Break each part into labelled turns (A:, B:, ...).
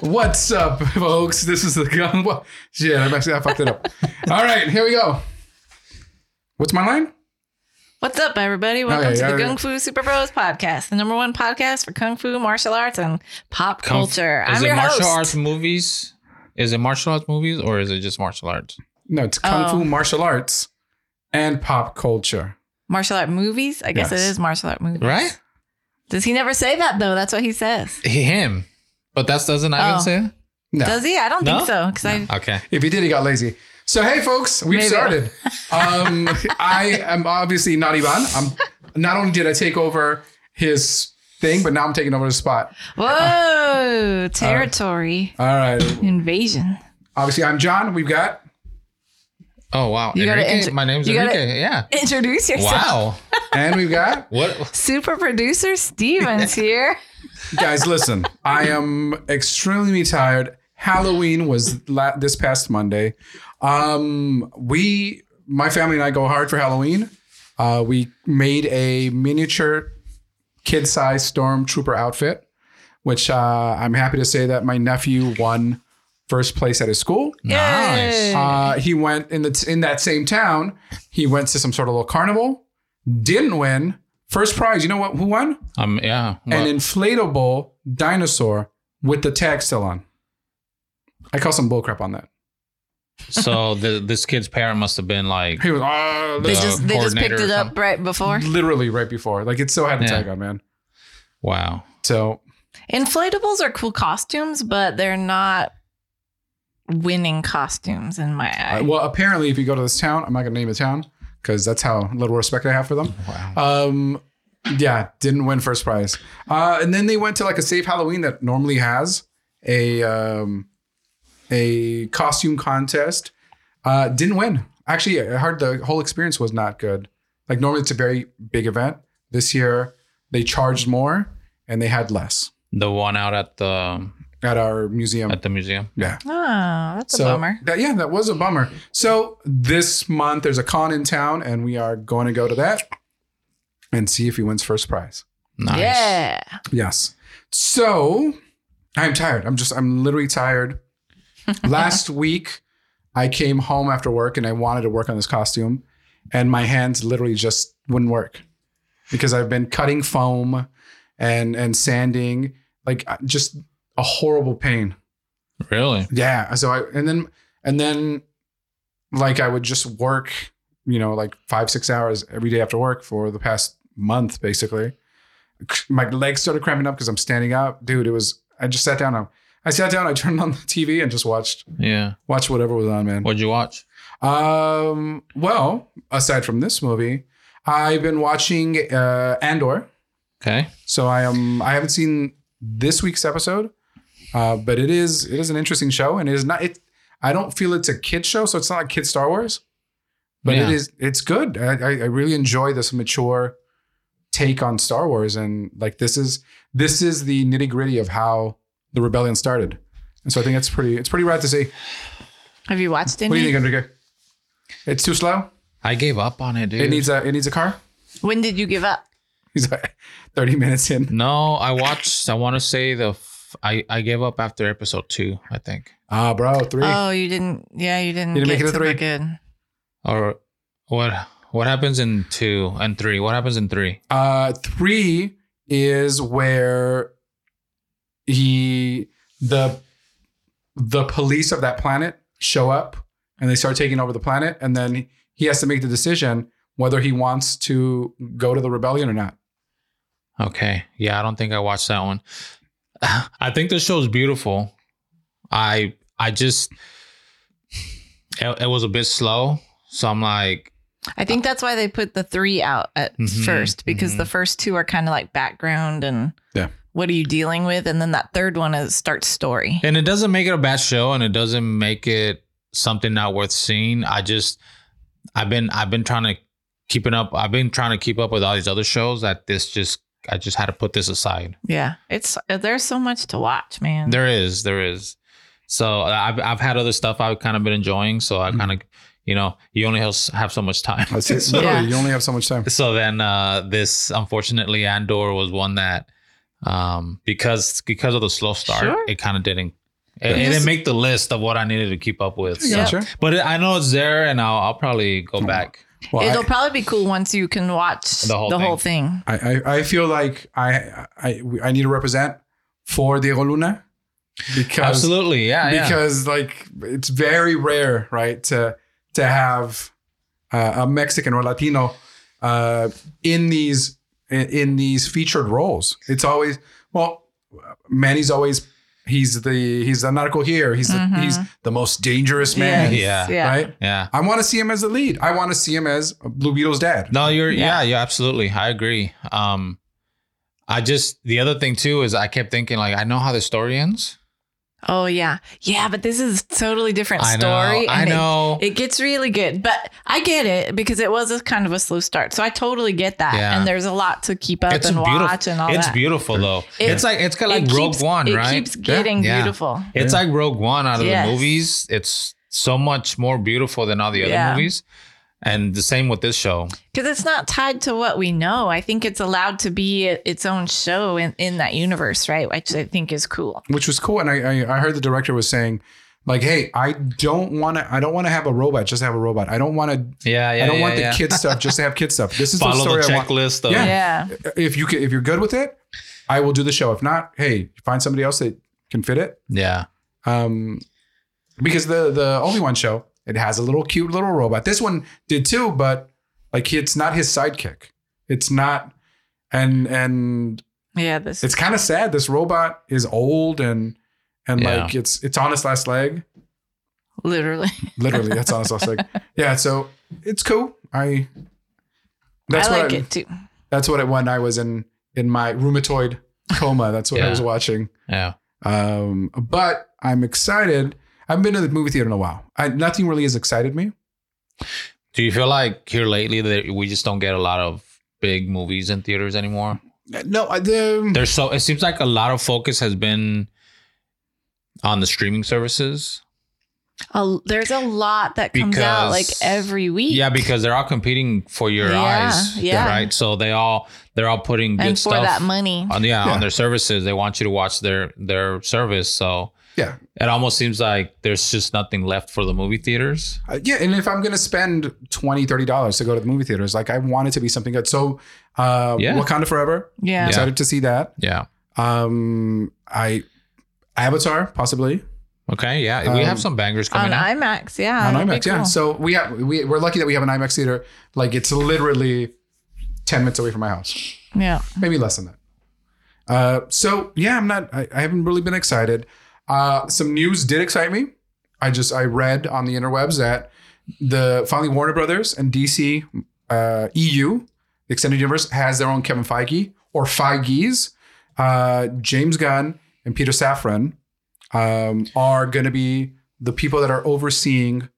A: What's up, folks? This is the gun. What? Shit, I actually I fucked it up. All right, here we go. What's my line?
B: What's up, everybody? Welcome
A: yeah,
B: to
A: yeah,
B: the
A: yeah.
B: Kung Fu Super Bros podcast, the number one podcast for Kung Fu, martial arts, and pop
C: Kung-
B: culture.
C: Is
B: I'm
C: it
B: your
C: martial
B: host.
C: arts movies? Is it martial arts movies or is it just martial arts?
A: No, it's kung
B: Oh.
A: fu, martial arts, and pop culture.
B: Martial art movies? I guess it
A: Yes.
B: is martial art movies.
C: Right?
B: Does he never say that, though? That's what he says.
C: He- Him. But that's doesn't Ivan
B: Oh.
C: say that?
A: No.
B: Does he? I don't
C: No?
B: think so. Because I.
C: Okay.
A: If he did, he got lazy. So hey, folks, we've
B: Maybe.
A: started. Um, I am obviously not Ivan. I'm not only did I take over his thing, but now I'm taking over his spot.
B: Whoa! Territory
C: Uh,
A: All right.
B: invasion.
A: Obviously, I'm John. We've got
C: Oh wow.
B: You gotta
C: Enrique,
B: intro-
C: my name's
B: you gotta-
C: Enrique. yeah.
B: Introduce yourself.
C: Wow.
A: and we've got
C: what
B: Super producer Stevens here.
A: guys. Listen, I am extremely tired. Halloween was la- this past Monday. Um, we, my family and I, go hard for Halloween. Uh, we made a miniature kid size stormtrooper outfit, which uh, I'm happy to say that my nephew won first place at his school.
C: nice.
B: Yay.
A: Uh, he went in the in that same town. He went to some sort of little carnival, didn't win first prize. You know what? Who won?
C: Um yeah. Well,
A: An inflatable dinosaur with the tag still on. I call some bullcrap on that.
C: so the, this kid's parent must have been like
A: He was ah,
B: They
A: that's
C: Uh,
B: just they just
C: coordinator
B: picked it
C: or
B: up
C: something.
B: right before.
A: literally right before. Like it still had the
C: Yeah.
A: tag on, man.
C: wow.
A: So
B: Inflatables are cool costumes, but they're not winning costumes in my
A: uh,
B: eye.
A: well, apparently, if you go to this town, I'm not gonna name the town because that's how little respect I have for them.
C: Wow.
A: Um, yeah, didn't win first prize. Uh, and then they went to like a safe Halloween that normally has a um, a costume contest. Uh, didn't win. Actually, I heard the whole experience was not good. Like normally it's a very big event. This year they charged more and they had less
C: The one out at the
A: at our museum.
C: at the museum.
A: yeah.
B: oh, that's
A: So
B: a bummer.
A: That, yeah, that was a bummer. So this month there's a con in town and we are going to go to that and see if he wins first prize.
C: Nice.
B: Yeah.
A: Yes. So I'm tired. I'm just, I'm literally tired. Last week, I came home after work and I wanted to work on this costume, and my hands literally just wouldn't work because I've been cutting foam and and sanding like uh, just a horrible pain.
C: Really?
A: Yeah. So I and then and then like I would just work, you know, like five six hours every day after work for the past month, basically. My legs started cramping up because I'm standing up, dude. It was I just sat down. I, I sat down. I turned on the TV and just watched
C: Yeah.
A: watched whatever was on, man.
C: What'd you watch?
A: Um. Well, aside from this movie, I've been watching uh, Andor.
C: Okay.
A: So I am. I haven't seen this week's episode, uh, but it is it is an interesting show, and it is not. It I don't feel it's a kid show, so it's not like kid Star Wars, but
C: Yeah.
A: it is. It's good. I, I I really enjoy this mature take on Star Wars, and like this is this is the nitty gritty of how the rebellion started, and so I think it's pretty it's pretty rad to see.
B: Have you watched
A: What do you
B: any?
A: think, Enrique? It's too slow.
C: I gave up on it, dude.
A: It needs a it needs a car.
B: When did you give up?
A: He's like thirty minutes in.
C: No, I watched. I want to say the. F- I I gave up after episode two, I think,
A: Ah, bro, three.
B: Oh, you didn't. Yeah, you didn't,
A: You didn't make
B: get
A: it a
B: to
A: three?
B: the good.
C: or what? What happens in two and three? What happens in three?
A: Uh, three is where he the the police of that planet show up and they start taking over the planet, and then he has to make the decision whether he wants to go to the rebellion or not.
C: Okay, yeah, I don't think I watched that one. I think the show's beautiful. I I just it, it was a bit slow, so I'm like,
B: I think that's why they put the three out at
A: Mm-hmm.
C: Mhm,
B: first because
C: mhm.
B: the first two are kind of like background and
A: Yeah.
B: what are you dealing with, and then that third one is start story.
C: and it doesn't make it a bad show, and it doesn't make it something not worth seeing. I just I've been I've been trying to keeping up. I've been trying to keep up with all these other shows that this just I just had to put this aside.
B: Yeah, it's uh, there's so much to watch, man.
C: There is, there is. So I've I've had other stuff I've kind of been enjoying. So I
A: Mhm.
C: kind of, you know, you only have, have so much time.
A: That's it.
C: so,
A: Literally, you only have so much time.
C: so then uh, this unfortunately Andor was one that um, because because of the slow start,
B: Sure.
C: it kind of didn't It, it didn't make the list of what I needed to keep up with.
A: I
C: so-
A: gotcha.
C: But I know it's there, and I'll, I'll probably go back.
A: Well, I-
B: It'll probably be cool once you can watch
C: The
B: the
C: whole
B: whole,
C: thing.
B: thing.
A: I, I, I feel like I, I I need to represent for Diego Luna because
C: Absolutely, yeah, yeah.
A: because like it's very rare, right, to to have uh, a Mexican or Latino uh, in these in, in these featured roles. It's always well, Manny's always he's the he's the narco here. He's
B: Mhm.
A: the, he's the most dangerous man,
C: Yes. Mm-hmm. Yeah.
B: yeah.
A: right?
C: yeah.
A: I want to see him as the lead. I want to see him as Blue Beetle's dad.
C: No, you're
B: Yeah.
C: yeah. yeah, absolutely. I agree. Um I just the other thing too is I kept thinking like I know how the story ends.
B: Oh yeah, yeah. But this is a totally different
C: I know.
B: story.
C: I
B: and it-
C: know.
B: It, gets really good, but I get it because it was a kind of a slow start. So I totally get that.
C: Yeah.
B: And there's a lot to keep up
C: It's
B: and
C: a beautiful-
B: watch and all
C: it's
B: that.
C: beautiful though.
B: It-
C: it's like it's kind of
B: It
C: like Rogue
B: keeps-
C: One,
B: it
C: right?
B: keeps getting
C: Yeah.
B: beautiful.
C: It's like Rogue One out of
B: Yes.
C: the movies. It's so much more beautiful than all the other
B: Yeah.
C: movies. And the same with this show.
B: Because it's not tied to what we know. I think it's allowed to be i- its own show in, in that universe, right? Which I think is cool.
A: which was cool. And I, I I heard the director was saying, like, hey, I don't want to I don't want to have a robot just have a robot. I don't want to
C: Yeah, yeah.
A: I don't
C: yeah,
A: want
C: yeah.
A: the kid stuff just to have kid stuff. This is the
C: follow
A: story
C: the
A: I want.
C: checklist of
A: Yeah.
B: Yeah.
A: If you can, if you're good with it, I will do the show. If not, hey, find somebody else that can fit it.
C: yeah.
A: Um, because the the Obi Wan show it has a little cute little robot. This one did too, but like it's not his sidekick. It's not, and and
B: Yeah. This
A: it's kind of sad. This robot is old and and
C: Yeah.
A: like it's it's on its last leg.
B: literally.
A: Literally, that's on its last leg. Yeah, so it's cool. I that's
B: I like
A: what I,
B: it too.
A: that's what it when I was in in my rheumatoid coma. That's what I
C: Yeah.
A: was watching.
C: Yeah.
A: Um, but I'm excited. I haven't been to the movie theater in a while. I, nothing really has excited me.
C: Do you feel like here lately that we just don't get a lot of big movies in theaters anymore?
A: No, I, the,
C: there's so it seems like a lot of focus has been on the streaming services
B: A, there's a lot that comes out like
C: Because-
B: every week.
C: yeah because they're all competing for your
B: Yeah,
C: eyes
B: yeah.
C: right so they all they're all putting good
B: And for
C: stuff
B: that money.
C: on yeah,
A: Yeah.
C: on their services they want you to watch their their service so
A: Yeah.
C: it almost seems like there's just nothing left for the movie theaters
A: uh, yeah, and if I'm gonna spend 20 dollars to go to the movie theaters, like I want it to be something good. So, uh,
C: Yeah.
A: Wakanda Forever,
B: Yeah.
A: excited to see that.
C: yeah
A: Um, I Avatar possibly
C: okay yeah we
A: Um,
C: have some bangers
B: On
C: coming out
B: IMAX. Yeah.
A: on
B: that'd be
A: IMAX. Yeah,
B: Uh, cool.
A: so we have we we're lucky that we have an IMAX theater. Like it's literally ten minutes away from my house,
B: Yeah.
A: maybe less than that. Uh, so yeah, I'm not. I, I haven't really been excited. Uh, some news did excite me. I just I read on the interwebs that the finally Warner Brothers and DC uh, EU the Extended Universe has their own Kevin Feige or Feige's. Uh, James Gunn and Peter Safran um, are going to be the people that are overseeing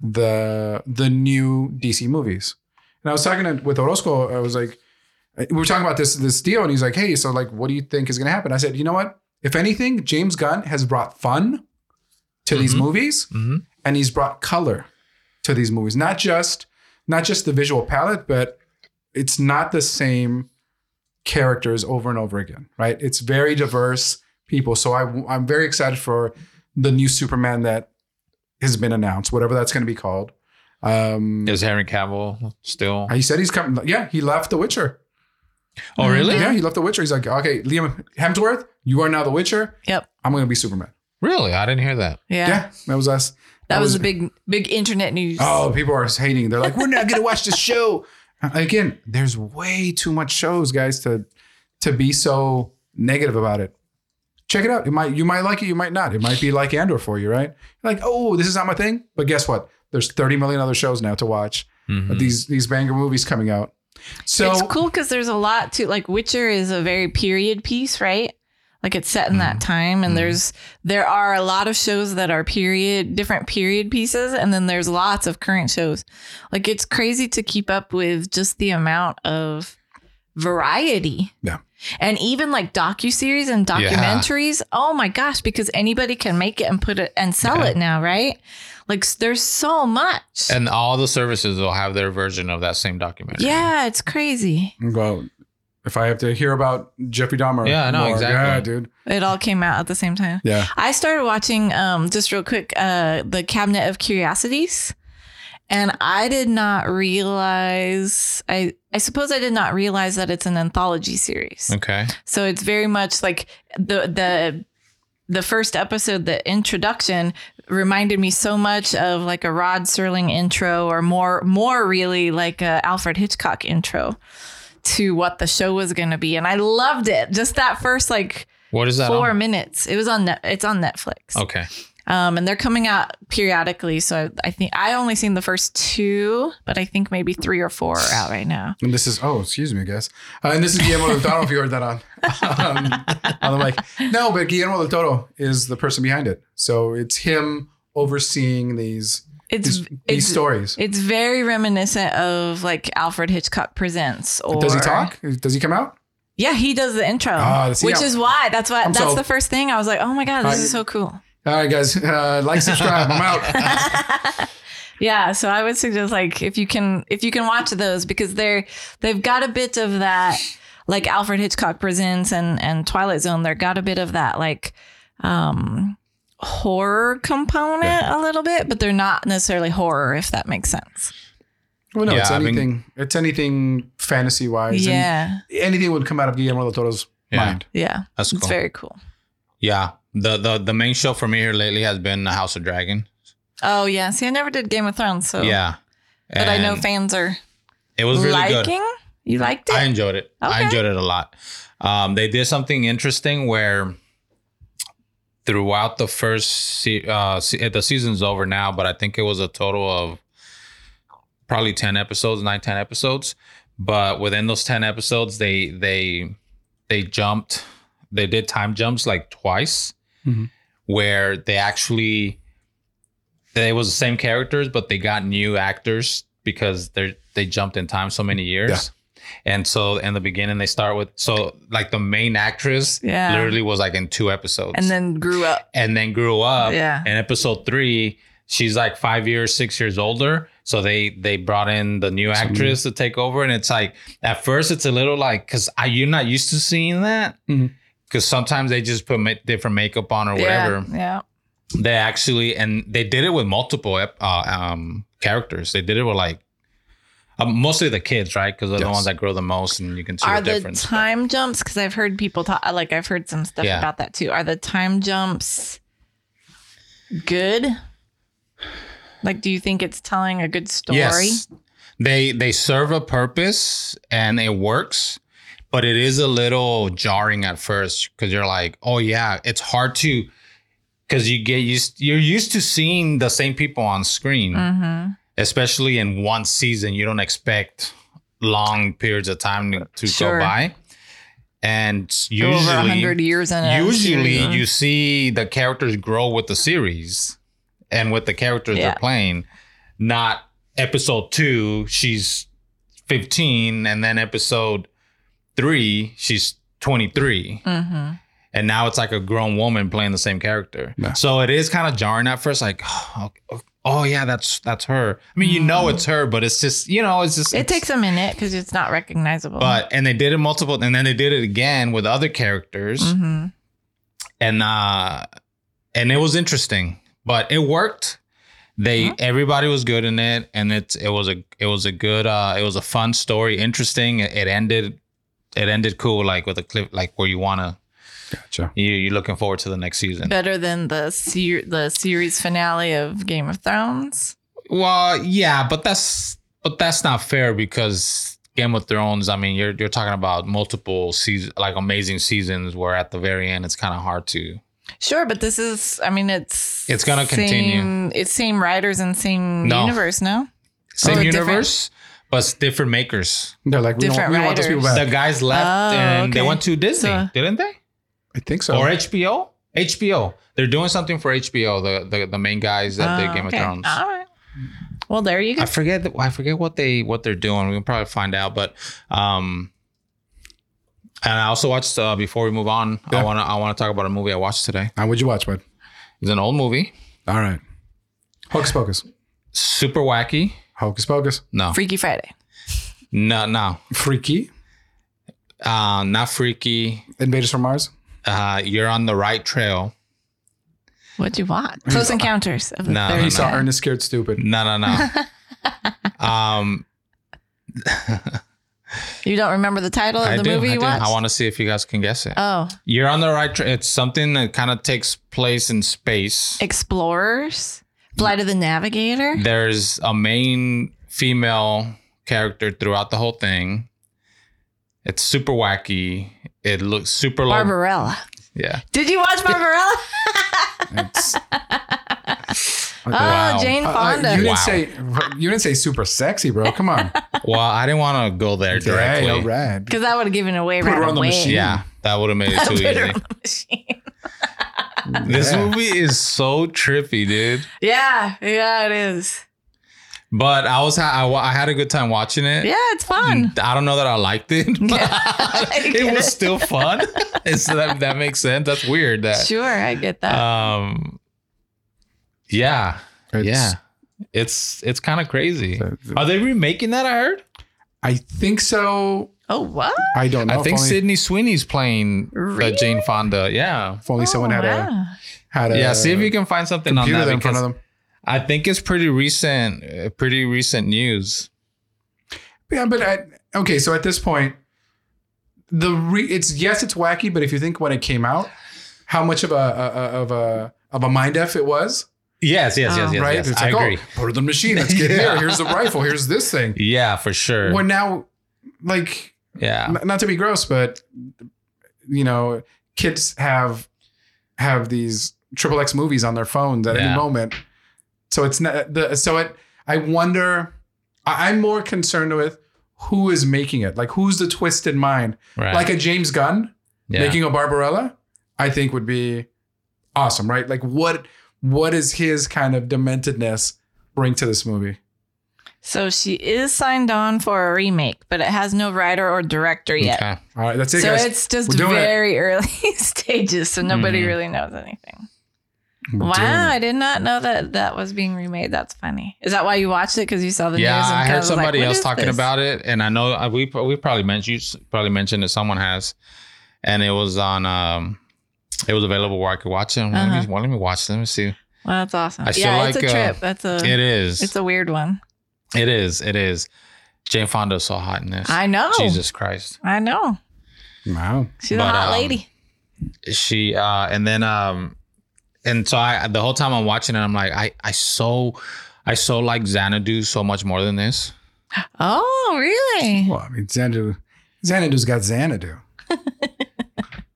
A: the the new DC movies. And I was talking to, with Orozco. I was like, Uh, we were talking about this this deal, and he's like, "Hey, so like, what do you think is going to happen?" I said, "You know what? If anything, James Gunn has brought fun to these
C: Mhm.
A: movies,
C: hmm
A: and he's brought color to these movies. Not just not just the visual palette, but it's not the same characters over and over again, right? It's very diverse people. So I, I'm very excited for the new Superman that has been announced, whatever that's going to be called. Um,
C: is Henry Cavill still
A: he said he's coming. Yeah, he left The Witcher.
C: oh really
A: Yeah, he left The Witcher. He's like, okay, Liam Hemsworth, you are now The Witcher.
B: Yep.
A: I'm going to be Superman.
C: really I didn't hear that
B: Yeah.
A: Yeah, that was us.
B: That was,
A: a
B: a big, big internet news.
A: Oh, people are hating. They're like, we're not gonna watch the show. Again, there's way too much shows, guys, to to be so negative about it. Check it out. It might you might like it, you might not. It might be like Andor for you, right? Like, oh, this is not my thing. But guess what? There's 30 million other shows now to watch. Uh,
C: Mhm.
A: These these banger movies coming out. So
B: it's cool because there's a lot to like Witcher is a very period piece, right? Like it's set in that time and
C: Mhm.
B: there's there are a lot of shows that are period different period pieces and then there's lots of current shows. Like it's crazy to keep up with just the amount of variety.
A: Yeah.
B: And even like docuseries and
C: Yeah.
B: documentaries. Oh my gosh, because anybody can make it and put it and sell
C: Yeah.
B: it now, right? Like s- there's so much.
C: and all the services will have their version of that same documentary
B: yeah, it's crazy.
A: well, if I have to hear about Jeffrey Dahmer.
C: Yeah, I know, exactly.
A: Yeah, dude.
B: It all came out at the same time.
A: Yeah.
B: I started watching um, just real quick uh, the Cabinet of Curiosities, and I did not realize I I suppose I did not realize that it's an anthology series.
C: Okay.
B: So it's very much like the the the first episode, the introduction reminded me so much of like a Rod Serling intro or more more really like a Alfred Hitchcock intro to what the show was going to be and I loved it. Just that first like
C: What is that?
B: 4
C: on?
B: minutes. It was on net, it's on Netflix.
C: Okay.
B: Um, and they're coming out periodically. So I, I think I only seen the first two, but I think maybe three or four are out right now.
A: And this is oh, excuse me, guys. Uh, and this is Guillermo del Toro. if you heard that on, um, on the mic. No, but Guillermo del Toro is the person behind it, so it's him overseeing these
B: It's
A: these, these stories.
B: It's very reminiscent of like Alfred Hitchcock Presents. Or
A: Does he talk? Does he come out?
B: Yeah, he does the intro,
A: Ah, see,
B: which
A: I'm-
B: is why that's why
A: I'm
B: that's
A: sold.
B: the first thing I was like, oh my god, this
A: I-
B: is so cool.
A: All right, guys, uh, like, subscribe. I'm out.
B: yeah, so I would suggest like if you can if you can watch those because they're they've got a bit of that like Alfred Hitchcock Presents and and Twilight Zone. They've got a bit of that like um horror component a little bit, but they're not necessarily horror if that makes sense.
A: Well, no,
C: Yeah,
A: it's
C: I mean-
A: anything. it's anything fantasy wise.
B: Yeah,
A: anything would come out of Guillermo del Toro's
C: Yeah.
A: mind.
B: yeah,
C: That's cool.
B: it's very cool.
C: yeah. The, the the main show for me here lately has been The House of Dragon.
B: Oh yeah. See, I never did Game of Thrones, so
C: Yeah.
B: But I know
C: And
B: fans are
C: it was really good.
B: liking. You liked it?
C: I enjoyed it. I
B: Okay.
C: enjoyed it a lot. Um, they did something interesting where throughout the first se- uh, se- the season's over now, but I think it was a total of probably 10 episodes, 9 10 episodes, but within those 10 episodes they they they jumped they did time jumps like twice
A: Mhm.
C: where they actually they was the same characters but they got new actors because they they jumped in time so many years. And so in the beginning they start with so like the main actress
B: Yeah.
C: literally was like in two episodes
B: and then grew up.
C: and then grew up.
B: Yeah.
C: In episode three, she's like five years, six years older. So they they brought in the new
A: Some-
C: actress to take over, and it's like at first it's a little like because you're not used to seeing that because
A: Mhm.
C: sometimes they just put ma- different makeup on or whatever.
B: Yeah. yeah.
C: They actually and they did it with multiple ep- uh, um, characters. They did it with like. Um, mostly the kids, right? Because they're the
A: Yes.
C: ones that grow the most, and you can see
B: Are
C: the
B: the
C: difference.
B: time jumps? Because I've heard people talk. Like I've heard some stuff
C: Yeah.
B: about that too. Are the time jumps good? Like, do you think it's telling a good story?
C: They they serve a purpose and it works, but it is a little jarring at first because you're like, oh yeah, it's hard to because you get used you're used to seeing the same people on screen,
B: Mm-hmm.
C: especially in one season. You don't expect long periods of time to, to
B: Sure.
C: go by. And
B: Over a
C: usually
B: hundred years in a
C: usually
B: series.
C: you see the characters grow with the series and with the characters
B: Yeah.
C: they're playing not episode two she's 15 and then episode three she's 23
B: Mhm.
C: and now it's like a grown woman playing the same character
A: Yeah.
C: so it is kind of jarring at first like oh, okay, oh yeah that's that's her i mean you know it's her but it's just you know it's just
B: Mm. It
C: it's-
B: takes a minute because it's not recognizable.
C: but and they did it multiple and then they did it again with other characters
B: hmm
C: and uh and it was interesting but it worked they
B: Mm-hmm.
C: everybody was good in it and it's it was a it was a good uh it was a fun story interesting it, it ended it ended cool like with a clip like where you want to
A: Gotcha.
C: you, you're looking forward to the next season
B: better than the ser- the series finale of Game of Thrones.
C: well yeah but that's but that's not fair because Game of Thrones I mean you're you're talking about multiple seasons like amazing seasons where at the very end it's kind of hard to
B: Sure, but this is I mean it's
C: It's gonna continue.
B: same- It's same writers and same
C: No.
B: universe, no?
C: same
B: Oh, different-
C: universe but it's different makers
A: They're like we don't,
B: Different
A: we don't want those people
B: writers.
A: back.
C: the guys left
B: Oh,
C: and they
B: okay.
C: went to Disney,
B: So-
C: didn't they?
A: I think so.
C: Or HBO? HBO. They're doing something for HBO. The the, the main guys that did
B: Oh,
C: Game
B: okay.
C: of Thrones.
B: All right. Well, there you go.
C: I forget. The, I forget what they what they're doing. We can probably find out. But um, and I also watched uh, before we move on.
A: Yeah.
C: I wanna I wanna talk about a movie I watched today.
A: Now, what'd you watch, bud?
C: It's an old movie,
A: All right. Hocus Pocus.
C: super wacky.
A: Hocus Pocus.
C: No,
B: Freaky Friday.
C: no, no.
A: Freaky.
C: uh, not freaky.
A: Invaders from Mars.
C: Uh, you're on the right trail.
B: What'd you watch? Close Encounters of the
C: No,
B: Third
C: no,
A: He
C: Oh, no.
A: saw
B: Kind.
A: Ernest Scared Stupid.
C: No, no, no. um,
B: You don't remember the title of
C: I
B: Oh, the
C: do.
B: movie
C: I,
B: you
C: do.
B: watched?
C: I want to see if you guys can guess it.
B: oh,
C: You're on the right track. It's something that kind of takes place in space.
B: Explorers, Flight of the Navigator.
C: There's a main female character throughout the whole thing. It's super wacky. It looks super low.
B: Barbarella.
C: Yeah.
B: Did you watch Barbarella?
A: It's-
C: Wow.
B: Oh, Jane
A: Uh, uh,
B: Fonda.
A: you didn't
C: Wow.
A: say you didn't say super sexy, bro. Come on.
C: Well, I didn't want to go there directly.
A: all right.
B: Because that would have given it away
A: Put
B: right
A: her on the
B: away.
A: machine.
C: Yeah, that would have made it too
B: Put her
C: easy.
B: on the machine.
C: This
A: Yeah.
C: movie is so trippy, dude.
B: Yeah, yeah, it is.
C: But I was ha- I, wa- I had a good time watching it.
B: Yeah, it's fun.
C: I don't know that I liked it. but it
B: get
C: was
B: it.
C: still fun. And so that, that makes sense. That's weird. That
B: Sure, I get that.
C: um, yeah,
A: It's-
C: yeah. It's it's kind of crazy.
A: So-
C: Are they remaking that? I heard.
A: I think so.
B: oh, what?
A: I don't know.
C: I think
A: if only,
C: Sydney Sweeney's playing the
B: Really?
C: Jane Fonda. Yeah.
A: if only someone
B: Oh,
A: had a
B: wow.
A: had a
C: Yeah, see if you can find something on
A: uh, computer
C: that
A: there in front
C: because
A: of them.
C: I think it's pretty recent, uh, pretty recent news.
A: Yeah, but I, okay. So at this point, the re, it's yes, it's wacky. But if you think when it came out, how much of a, a- a- of a of a mind f it was,
C: Yes, yes, yes,
B: Oh.
C: yes.
A: right?
C: yes,
A: It's
C: I
A: like,
C: agree.
A: oh, put it in the machine. Let's get
C: Yeah.
A: here. Here's the rifle. Here's this thing.
C: Yeah, for sure.
A: Well, now, like,
C: yeah,
A: n- not to be gross, but you know, kids have have these triple X movies on their phones at any
C: Yeah.
A: moment. So it's not the so it. I wonder. I, I'm more concerned with who is making it. Like, who's the twisted mind?
C: right.
A: Like a James Gunn
C: yeah.
A: making a Barbarella, I think would be awesome, right? Like, what what is his kind of dementedness bring to this movie?
B: So she is signed on for a remake, but it has no writer or director yet.
C: Okay.
A: All right, that's it,
B: So
A: guys.
B: it's just
A: We're doing it.
B: very early stages, so nobody
C: Mhm.
B: really knows anything.
A: We're
B: wow,
A: doing it.
B: I did not know that that was being remade. That's funny. Is that why you watched it? Because you saw the
C: yeah,
B: news? and
C: I
B: kinda
C: heard
B: was like,
C: somebody
B: "What
C: else
B: is
C: talking
B: this?"
C: about it, and I know I, we we probably mentioned you s- probably mentioned that someone has, and it was on um, it was available where I could watch it. I'm like, Let,
B: Uh-huh.
C: me, well, let me watch. Let me see.
B: Well, that's awesome.
C: I still
B: yeah, it's a
C: like, uh,
B: trip. That's a.
C: It is.
B: It's a weird one.
C: it is. It is. Jane Fonda is so hot in this.
B: I know.
C: Jesus Christ.
B: I know.
A: Wow.
B: She's a
C: But,
B: hot
C: um,
B: lady.
C: She uh, and then um, and so I the whole time I'm watching it, I'm like, I I so, I so like Xanadu so much more than this.
B: Oh, really?
A: Well, I mean, Xanadu, Xanadu's got Xanadu,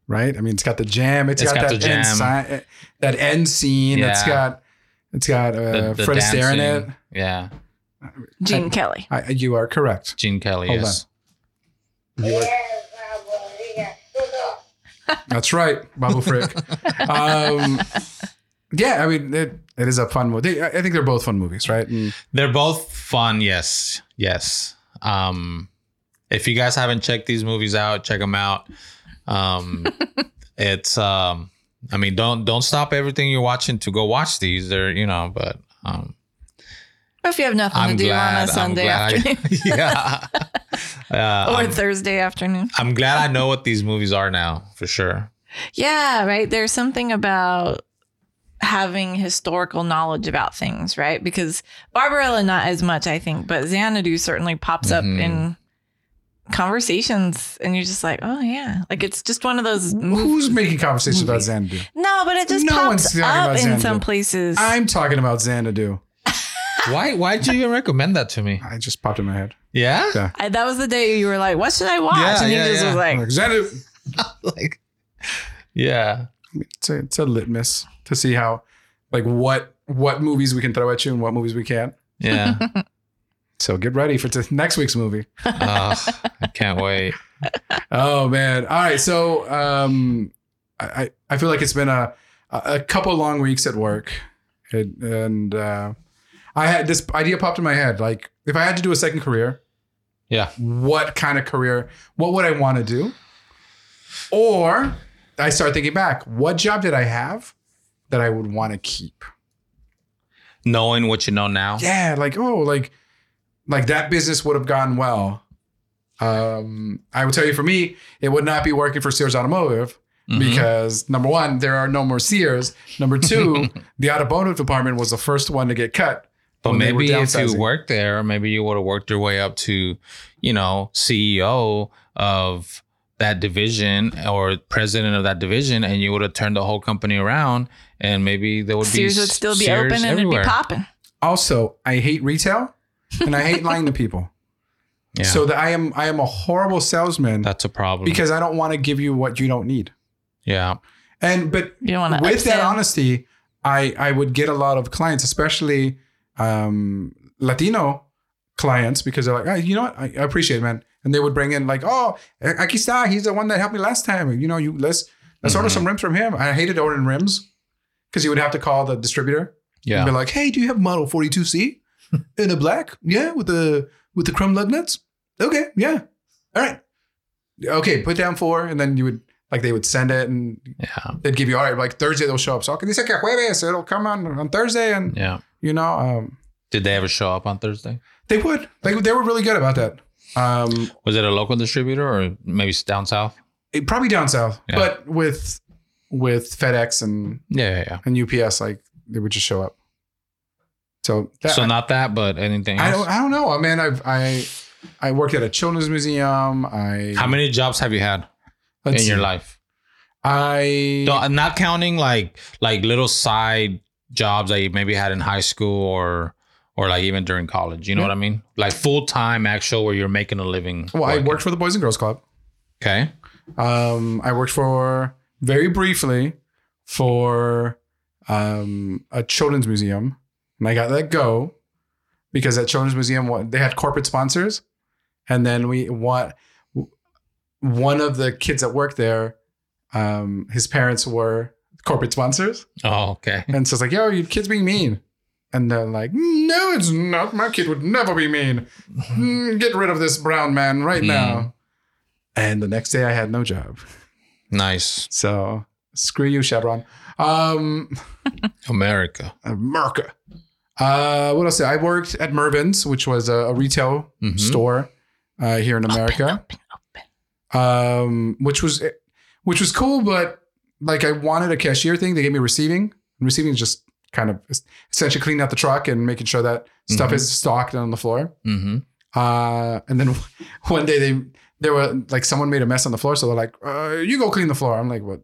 A: right? I mean, it's got the jam.
C: It's
A: it's got,
C: got
A: that
C: the
A: end
C: jam.
A: si- eh, that end scene. It's
C: Yeah.
A: got it's got uh, Fred Astaire in it.
C: dancing. Yeah,
B: Gene Kelly.
A: I, you are correct.
C: Gene Kelly.
A: Hold
C: yes.
A: You are- That's right, Babu Frick. um, yeah, I mean, it, it is a fun movie. I I think they're both fun movies, right? And
C: They're both fun. Yes. Yes. Um, if you guys haven't checked these movies out, check them out. Um, it's, um, I mean, don't, don't stop everything you're watching to go watch these. They're, you know, but, um,
B: If you have nothing
C: I'm
B: to do
C: glad,
B: on a
C: I'm
B: Sunday
C: glad I-
B: afternoon
C: yeah. Uh,
B: or
C: I'm,
B: Thursday afternoon.
C: I'm glad I know what these movies are now for sure.
B: Yeah, right. There's something about having historical knowledge about things, right? Because Barbarella, not as much, I think, but Xanadu certainly pops
C: Mhm.
A: Mm-hmm.
B: up in conversations, and you're just like, oh yeah, like it's just one of those. Movies.
A: who's making conversations about Xanadu?
B: No, but it just
A: No one's
B: pops
A: talking about
B: up in
A: Xanadu.
B: some places.
A: I'm talking about Xanadu.
C: Why, why'd you even recommend that to me?
A: I just popped in my head.
C: Yeah.
A: Yeah.
B: I- that was the day you were like, what should I watch?
C: Yeah,
B: and you
C: yeah,
B: just
C: yeah.
B: was like,
A: Like, Xanadu.
C: like, yeah.
A: it's a, it's a litmus to see how like what what movies we can throw at you and what movies we can't
C: Yeah.
A: so get ready for t- next week's movie
C: Ugh, I can't wait.
A: oh man all right so um i i I feel like it's been a a a couple long weeks at work and, and uh i had this idea popped in my head like if i had to do a second career
C: Yeah.
A: what kind of career what would i want to do or i start thinking back what job did i have that i would want to keep
C: Knowing what you know now.
A: yeah, like oh, like like that business would have gone well, Um, I would tell you for me, it would not be working for Sears Automotive
C: Mm-hmm.
A: because number one, there are no more Sears. Number two, the automotive department was the first one to get cut.
C: But
A: when they were
C: maybe if
A: downsizing.
C: you worked there, maybe you would have worked your way up to, you know, CEO of that division or president of that division, and you would have turned the whole company around, and maybe there would
B: Sears
C: be
B: would still be
C: Sears
B: open and
C: everywhere.
B: it'd be popping.
A: Also, I hate retail and I hate lying to people.
C: Yeah,
A: So that I am I am a horrible salesman
C: that's a problem.
A: because I don't want to give you what you don't need.
C: yeah,
A: And but
B: You don't want to
A: with that honesty, I I would get a lot of clients, especially um, Latino clients, because they're like, oh, you know what, I, I appreciate it, man, and they would bring in like, oh, aquí está, he's the one that helped me last time. You know, you let's let's order
C: Mhm.
A: some rims from him. I hated ordering rims because you would have to call the distributor
C: yeah.
A: and be like, hey, do you have model forty two C in a black? Yeah, with the with the chrome lug nuts. Okay, yeah, all right, okay, put down four, and then you would like they would send it and
C: yeah,
A: they'd give you all right like Thursday they'll show up. So okay, they said que jueves it'll come on on Thursday, and
C: yeah.
A: you know um,
C: Did they ever show up on Thursday?
A: they would they they were really good about that. Um,
C: Was it a local distributor or maybe s- down south?
A: it, probably down south,
C: Yeah.
A: but with with FedEx and
C: Yeah, yeah. yeah.
A: and UPS like they would just show up. So that,
C: so not that, but anything
A: I
C: else.
A: don't I don't know. I mean I've I I worked at a children's museum. I
C: How many jobs have you had
A: let's
C: in your
A: see.
C: life?
A: I
C: No, I'm not counting like like little side jobs that you maybe had in high school or or like even during college. You know
A: Yeah.
C: what I mean? Like full time actual where you're making a living.
A: well I
C: working.
A: worked for the Boys and Girls Club.
C: Okay.
A: Um, I worked for very briefly for um, a children's museum, and I got let go because that children's museum wa- they had corporate sponsors, and then we want one of the kids that worked there. Um, his parents were corporate sponsors,
C: Oh, okay.
A: and so it's like, "Yo, your kid's being mean," and they're like, "No, it's not. My kid would never be mean. Mm, Get rid of this brown man right
C: Hmm.
A: now." And the next day, I had no job.
C: Nice.
A: So screw you, Chevron. Um,
C: America.
A: America. Uh, what else? I worked at Mervin's, which was a, a retail
C: Mhm.
A: store uh, here in America,
B: Open, open.
A: um, which was which was cool, but like I wanted a cashier thing. They gave me receiving. And receiving is just kind of essentially cleaning out the truck and making sure that stuff
C: Mhm.
A: is stocked and on the floor.
C: Mm-hmm.
A: Uh, and then one day they they were like someone made a mess on the floor, so they're like, uh, "You go clean the floor." I'm like, "What?"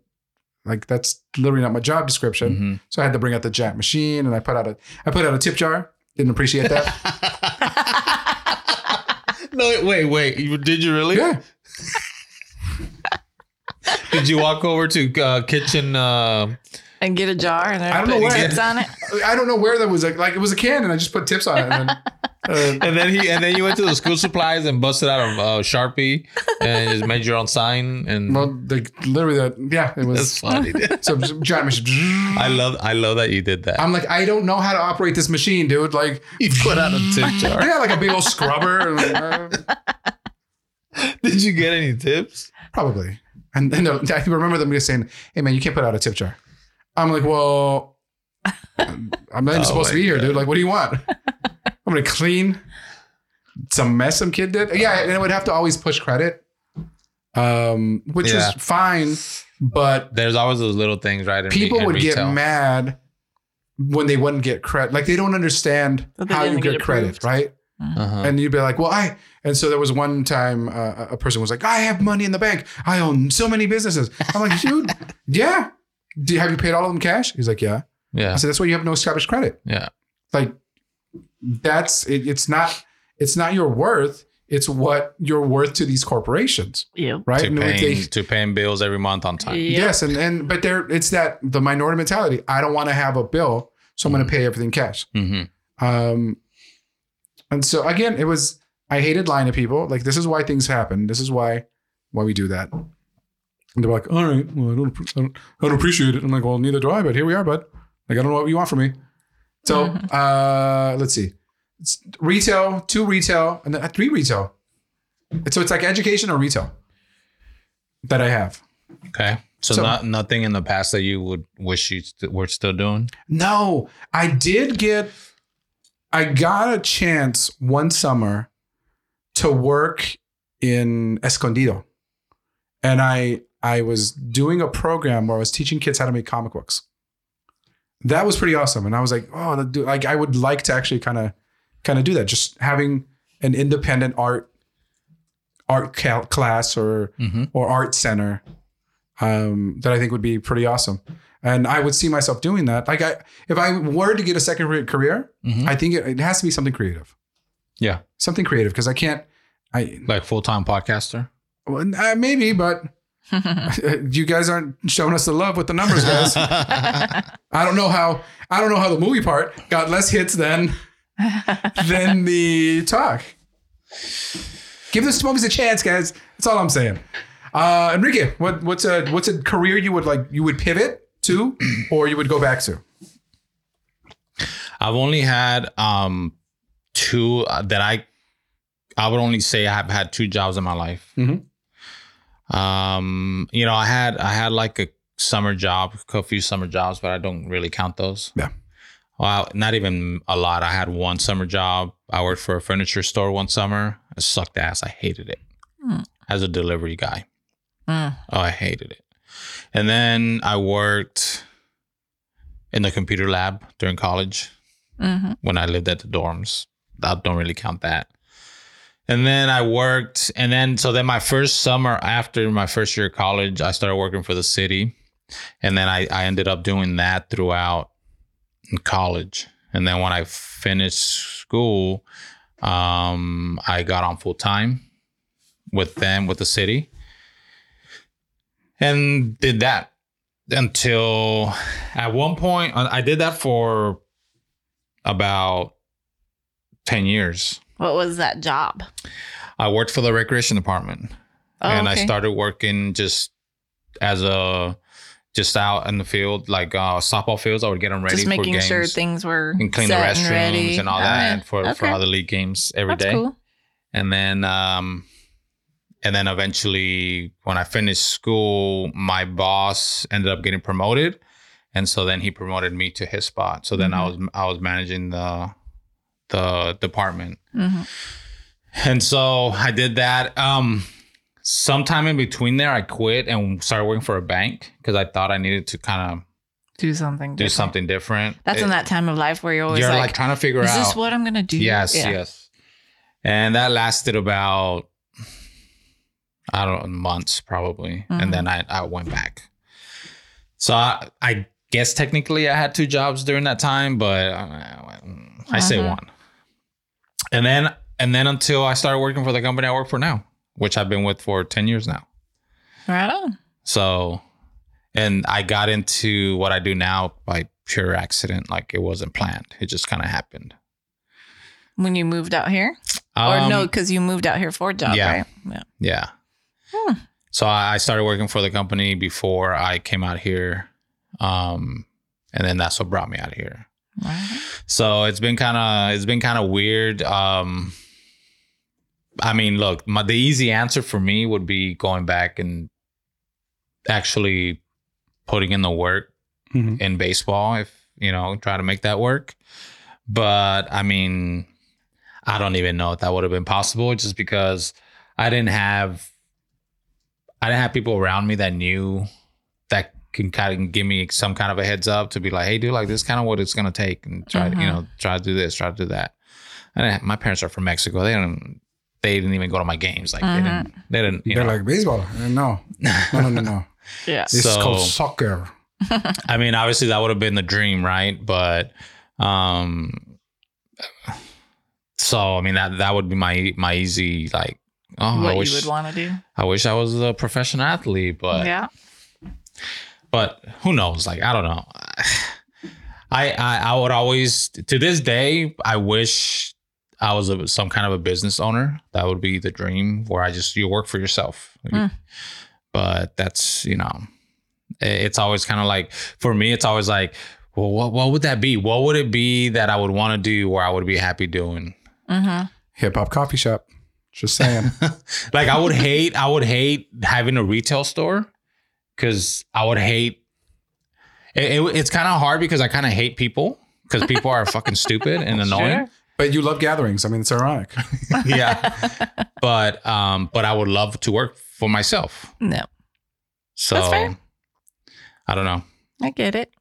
A: Like that's literally not my job description.
C: hmm
A: So I had to bring out the giant machine, and I put out a I put out a tip jar. Didn't appreciate that.
C: no, wait, wait. You, did you really?
A: yeah,
C: Did you walk over to uh, kitchen? Uh,
B: and get a jar and then
A: I don't know
B: put
A: where-
B: tips on it.
A: I don't know where that was. Like, like it was a can, and I just put tips on it. And then, uh,
C: and then he and then you went to the school supplies and busted out a uh, sharpie and just made your own sign and
A: well, the, literally, the, yeah, it
C: that's
A: was
C: funny. dude.
A: so giant machine.
C: I love I love that you did that.
A: I'm like, I don't know how to operate this machine, dude. Like,
C: You put out a tip jar.
A: yeah, like a big old scrubber. Uh,
C: Did you get any tips?
A: Probably. And, and I remember them just saying, hey, man, you can't put out a tip jar. I'm like, well, I'm not even
C: Oh
A: supposed to
C: my
A: be here,
C: God.
A: dude. Like, what do you want? I'm going to clean some mess some kid did. Yeah. And it would have to always push credit, um, which
C: Yeah.
A: was fine. But
C: There's always those little things, right? in re-
A: people
C: in
A: would
C: retail.
A: get mad when they wouldn't get credit. Like, they don't understand
B: That they
A: how you
B: didn't
A: get,
B: get
A: credit,
B: approved.
A: right?
C: Uh-huh.
A: and you'd be like, "Well, I." And so there was one time uh, a- a person was like, "I have money in the bank. I own so many businesses." I'm like, "Dude, yeah. Do you, have you paid all of them cash?" He's like, "Yeah." I
C: yeah.
A: said, "That's why you have no established credit.
C: Yeah.
A: Like, that's it, it's not it's not your worth. It's what you're worth to these corporations,
B: Ew.
A: right?"
C: To
A: And like
C: paying
A: they-
C: to paying bills every month on time.
A: Yes, and and but there it's that the minority mentality. I don't want to have a bill, so I'm going to pay everything cash.
C: Mm-hmm.
A: Um, and so again, it was I hated lying to people. Like this is why things happen. This is why why we do that. And they're like, all right, well, I don't, I don't, I don't appreciate it. I'm like, well, neither do I. But here we are, bud. Like, I don't know what you want from me. So uh, let's see, it's retail, two retail, and then uh, three retail. And So it's like education or retail that I have.
C: Okay. So,
A: So-
C: not nothing in the past that you would wish you st- were still doing.
A: No, I did get I got a chance one summer to work in Escondido, and I I was doing a program where I was teaching kids how to make comic books. That was pretty awesome, and I was like, oh, that dude, like I would like to actually kind of kind of do that, just having an independent art art cal- class or
C: Mm-hmm.
A: or art center um, that I think would be pretty awesome. And I would see myself doing that. Like I, if I were to get a second re- career,
C: Mhm.
A: I think it, it has to be something creative.
C: Yeah.
A: something creative because I can't. I
C: Like full time podcaster.
A: well, uh, maybe, but you guys aren't showing us the love with the numbers, guys. I don't know how. I don't know how the movie part got less hits than than the talk. Give the smokies a chance, guys. That's all I'm saying. Uh, Enrique, what, what's a what's a career you would like you would pivot to, or you would go back to?
C: I've only had um two uh, that I I would only say I have had two jobs in my life.
A: Mhm.
C: Um, you know, I had I had like a summer job, a few summer jobs, but I don't really count those.
A: Yeah.
C: Well, not even a lot. I had one summer job. I worked for a furniture store one summer. I sucked ass. I hated it.
B: Hmm.
C: As a delivery guy.
B: Mm.
C: Oh, I hated it. And then I worked in the computer lab during college
B: Mhm.
C: when I lived at the dorms. I don't really count that. And then I worked, and then so then my first summer after my first year of college, I started working for the city, and then I, I ended up doing that throughout college. And then when I finished school, um, I got on full time with them with the city, and did that until at one point I I did that for about 10 years.
B: What was that job?
C: I worked for the recreation department
B: Oh,
C: and I
B: okay.
C: started working just as a just out in the field, like uh, softball fields. I would get them ready
B: just
C: for
B: making
C: games
B: sure things were
C: and clean the
B: set
C: restrooms
B: ready.
C: and, all that
B: right.
C: for, for
B: Okay.
C: all the league games every day
B: That's cool.
C: and then um and then eventually when i finished school my boss ended up getting promoted and so then he promoted me to his spot so then i
B: Mm-hmm.
C: was i was managing the the department
B: Mhm.
C: and so i did that um sometime in between there i quit and started working for a bank because i thought i needed to kind of
B: Do something.
C: do
B: different.
C: something different
B: That's in
C: It-
B: that time of life where you're always
C: you're like,
B: like,
C: trying to figure
B: "Is
C: out
B: this what I'm gonna do?"
C: Yes,
B: Yeah.
C: yes. And that lasted about I don't know, months probably.
B: Mm-hmm.
C: And then I, I went back. So I, I guess technically I had two jobs during that time, but uh, I, mm, I say
B: Mhm.
C: one. And then and then until I started working for the company I work for now, which I've been with for 10 years now.
B: Right on.
C: So, and I got into what I do now by pure accident. Like it wasn't planned. It just kind of happened.
B: When you moved out here, or
C: Um,
B: no, because you moved out here for a job,
C: yeah.
B: right? Yeah.
C: Yeah.
B: Hmm.
C: So I I started working for the company before I came out here. Um, and then that's what brought me out here.
B: Right.
C: So it's been kind of it's been kind of weird. Um, I mean, look, my, the easy answer for me would be going back and actually putting in the work
A: Mhm.
C: in baseball if you know try to make that work but i mean i don't even know if that would have been possible just because i didn't have i didn't have people around me that knew that can kind of give me some kind of a heads up to be like hey dude like this is kind of what it's going to take and try you know try to do this try to do that I didn't, my parents are from mexico they don't they didn't even go to my games like they didn't
B: Uh-huh.
C: they didn't you
A: They're
C: know.
A: like baseball. Uh, No, no, no, no, no.
B: Yeah.
A: It's
C: So-
A: called soccer.
C: I mean, obviously that would have been the dream, right? But um so I mean that that would be my my easy like oh I
B: what you
C: wish
B: would want to do.
C: I wish I was a professional athlete, but
B: yeah.
C: but who knows? Like I don't know. I, I I would always to this day I wish I was a, some kind of a business owner. That would be the dream where I just you work for yourself.
B: Mm.
C: But that's you know, i- it's always kind of like for me, it's always like, well, what what would that be? What would it be that I would want to do or I would be happy doing?
B: Mm-hmm.
A: Hip hop coffee shop. Just saying.
C: Like I would hate I would hate having a retail store because I would hate. It, it- it's kind of hard because I kind of hate people because people are fucking stupid and annoying.
B: Sure.
A: But you love gatherings. I mean, it's ironic.
C: yeah. But um, but I would love to work for myself.
B: no,
C: So
B: That's fair.
C: I don't know.
B: I get it.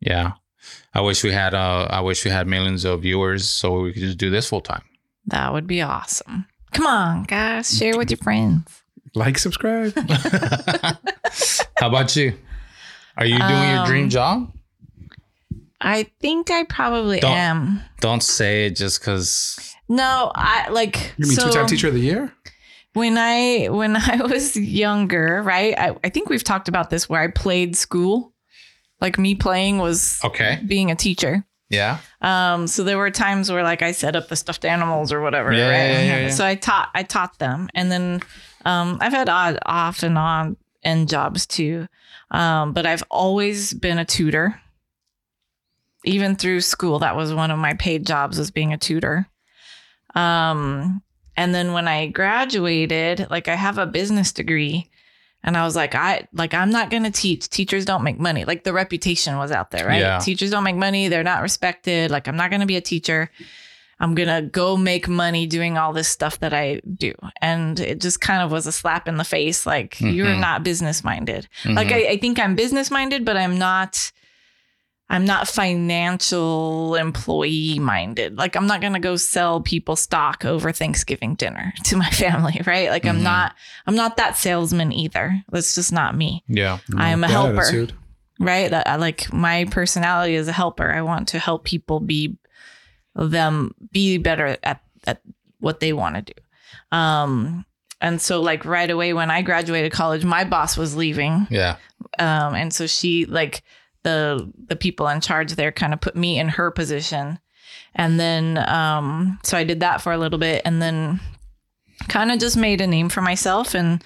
C: Yeah. I wish we had uh I wish we had millions of viewers so we could just do this full time.
B: That would be awesome. Come on, guys, share with your friends.
A: Like, subscribe.
C: How about you? Are you doing your dream
B: Um,
C: job?
B: I think I probably
C: Don't-
B: am.
C: Don't say it just cuz
B: No, I like
A: You mean
B: so
A: two time teacher of the year?
B: when I when I was younger, right? I, I think we've talked about this where I played school. Like me playing was
C: okay.
B: being a teacher.
C: Yeah.
B: Um, so there were times where like I set up the stuffed animals or whatever,
C: Yeah,
B: right?
C: yeah, yeah, yeah.
B: So I taught I taught them, and then um, I've had odd off and on end jobs too, um, but I've always been a tutor. Even through school, that was one of my paid jobs was being a tutor. Um, and then when I graduated, like I have a business degree. And I was like, I like I'm not gonna teach. Teachers don't make money. Like the reputation was out there, right?
C: Yeah.
B: Teachers don't make money. They're not respected. Like I'm not gonna be a teacher. I'm gonna go make money doing all this stuff that I do. And it just kind of was a slap in the face. Like you're
C: Mhm.
B: not business minded. Like
C: Mhm.
B: I, I think I'm business minded, but I'm not. I'm not financial employee minded. Like I'm not going to go sell people stock over Thanksgiving dinner to my family, right? Like I'm
C: Mhm.
B: not I'm not that salesman either. That's just not me,
C: yeah.
B: I am a
A: That
B: helper.
A: attitude.
B: right? That I like my personality is a helper. I want to help people be them be better at at what they want to do. Um and so like right away when I graduated college, my boss was leaving
C: Yeah.
B: um, and so she like the the people in charge there kind of put me in her position and then um so i did that for a little bit and then kind of just made a name for myself and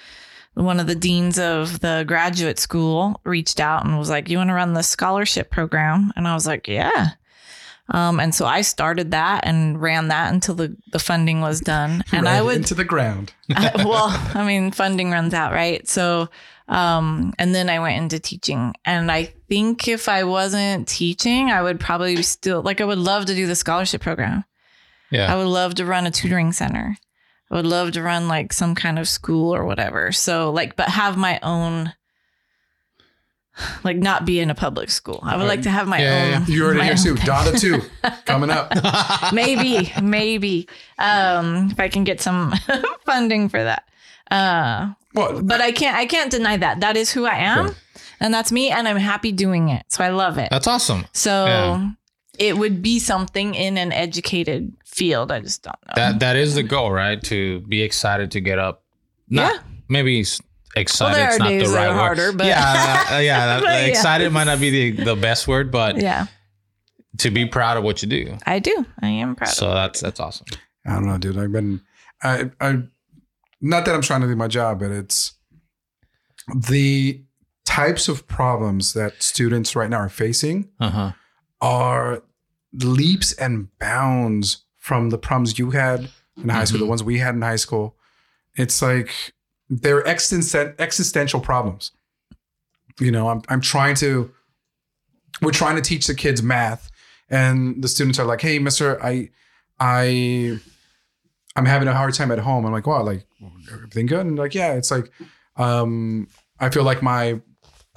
B: one of the deans of the graduate school reached out and was like you want to run the scholarship program and i was like yeah um, and so i started that and ran that until the, the funding was done and i
A: Right
B: would
A: into the ground.
B: I- Uh, well, I mean, funding runs out, right? So, um, and then I went into teaching. And I think if I wasn't teaching, I would probably still, like, I would love to do the scholarship program.
C: Yeah.
B: I would love to run a tutoring center. I would love to run like some kind of school or whatever. So, like, but have my own, like, not be in a public school. I would like to have my
C: Yeah, yeah,
B: own.
A: You heard it
B: my
A: here
B: own
A: too.
B: thing.
A: Donna too. Coming up.
B: maybe, maybe. Um, if I can get some funding for that. Uh,
A: Well,
B: but I can't I can't deny that. That is who I am
C: Sure.
B: and that's me and I'm happy doing it. So I love it.
C: That's awesome.
B: so
C: yeah.
B: it would be something in an educated field. I just don't know.
C: That that is the goal, right? To be excited to get up. Not,
B: um, Yeah.
C: Maybe s-
B: well,
C: excited.
B: there are
C: it's not
B: days
C: the
B: that
C: right
B: are
C: word.
B: harder, but
C: yeah, uh, yeah. that-
B: But yeah.
C: Excited might not be the, the best word, but
B: yeah,
C: to be proud of what you do.
B: I do. I am proud.
C: So that's that's awesome.
A: I don't know, dude. I've been, I, I, not that I'm trying to do my job, but it's the types of problems that students right now are facing
C: Uh huh.
A: are leaps and bounds from the problems you had in high school, the ones we had in high school. It's like they're existen- existential problems. You know, I'm, I'm trying to, we're trying to teach the kids math, and the students are like, "Hey, Mister, I, I, I'm having a hard time at home." I'm like, "Wow, like everything good?" And like, "Yeah." It's like, um, I feel like my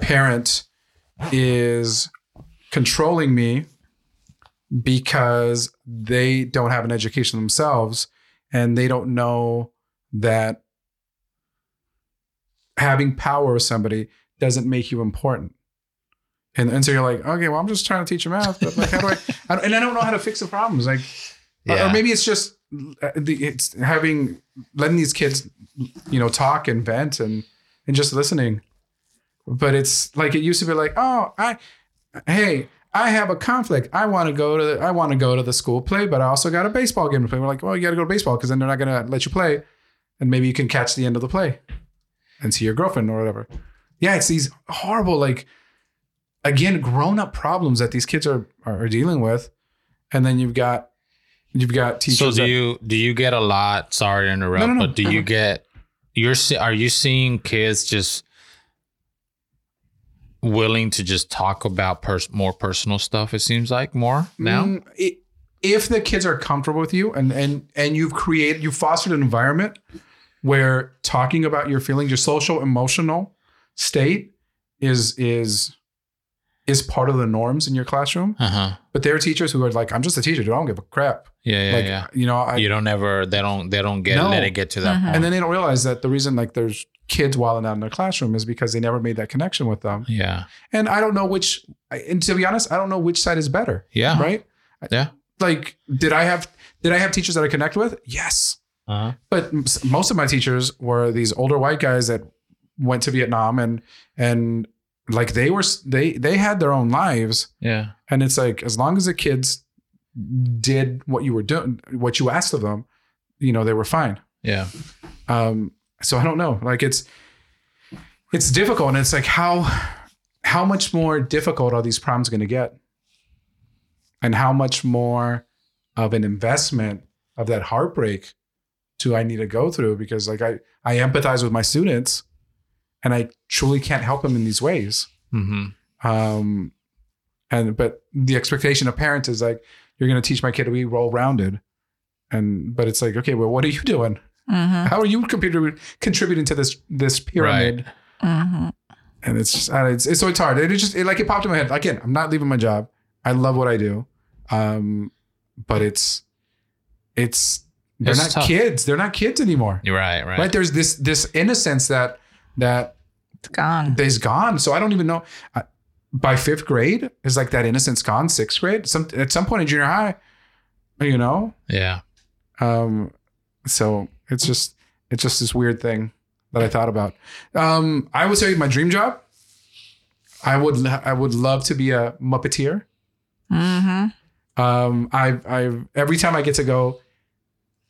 A: parent is controlling me because they don't have an education themselves and they don't know that having power with somebody doesn't make you important. And, and so you're like, okay, well, I'm just trying to teach you math, but like, how do I, I don't- and I don't know how to fix the problems. Like, or-
C: Yeah.
A: or maybe it's just uh, the, it's having, letting these kids, you know, talk and vent and, and just listening. But it's like, it used to be like, oh, I, hey, I have a conflict. I want to go to the, I want to go to the school play, but I also got a baseball game to play. We're like, well, you got to go to baseball because then they're not going to let you play, and maybe you can catch the end of the play, and see your girlfriend or whatever. Yeah, it's these horrible like, again, grown up problems that these kids are are, are dealing with, and then you've got you've got teachers.
C: so do
A: that-
C: you do you get a lot? Sorry to
A: No,
C: interrupt,
A: no, no.
C: but do
B: Uh-huh.
C: you get you're se- are you seeing kids just willing to just talk about pers- more personal stuff? It seems like more now.
A: Mm, it, if the kids are comfortable with you and and and you've created you've fostered an environment where talking about your feelings, your social emotional state is is is part of the norms in your classroom.
C: Uh huh.
A: But there are teachers who are like, I'm just a teacher, dude. I don't give a crap.
C: Yeah, yeah,
A: like
C: yeah.
A: you know, I,
C: you don't ever. They don't. They don't get.
A: No.
C: Let it get to that
B: Uh-huh.
C: point.
A: and then they don't realize that the reason like there's kids wilding out in their classroom is because they never made that connection with them.
C: yeah,
A: And I don't know which and to be honest, I don't know which side is better.
C: yeah.
A: Right?
C: Uh-huh. Yeah.
A: Like, did I have did I have teachers that I connect with? Yes.
C: Uh-huh.
A: But m- s- most of my teachers were these older white guys that went to Vietnam and and like they were s- they they had their own lives
C: Yeah.
A: and it's like as long as the kids did what you were doing what you asked of them, you know, they were fine.
C: Yeah.
A: Um, so I don't know. Like it's it's difficult, and it's like how how much more difficult are these problems going to get, and how much more of an investment of that heartbreak do I need to go through? Because like I I empathize with my students, and I truly can't help them in these ways.
C: Mm-hmm.
A: Um, and but the expectation of parents is like you're going to teach my kid to be well rounded, and but it's like okay, well, what are you doing?
B: Mm-hmm.
C: Uh-huh.
A: how are you computer contributing to this this pyramid
B: Mm-hmm.
A: and it's just uh, it's, it's so it's hard it just it, like it popped in my head again i'm not leaving my job i love what i do um but it's it's they're
C: It's
A: not
C: tough.
A: kids they're not kids anymore
C: You're right. Right.
A: right. there's this this innocence that that
B: It's gone.
A: is gone so i don't even know I, by fifth grade is like that innocence gone sixth grade some at some point in junior high you know
C: Yeah.
A: um, so it's just it's just this weird thing that I thought about. Um, I would tell you my dream job. I would I would love to be a muppeteer.
B: Mm-hmm.
A: Um, I I every time I get to go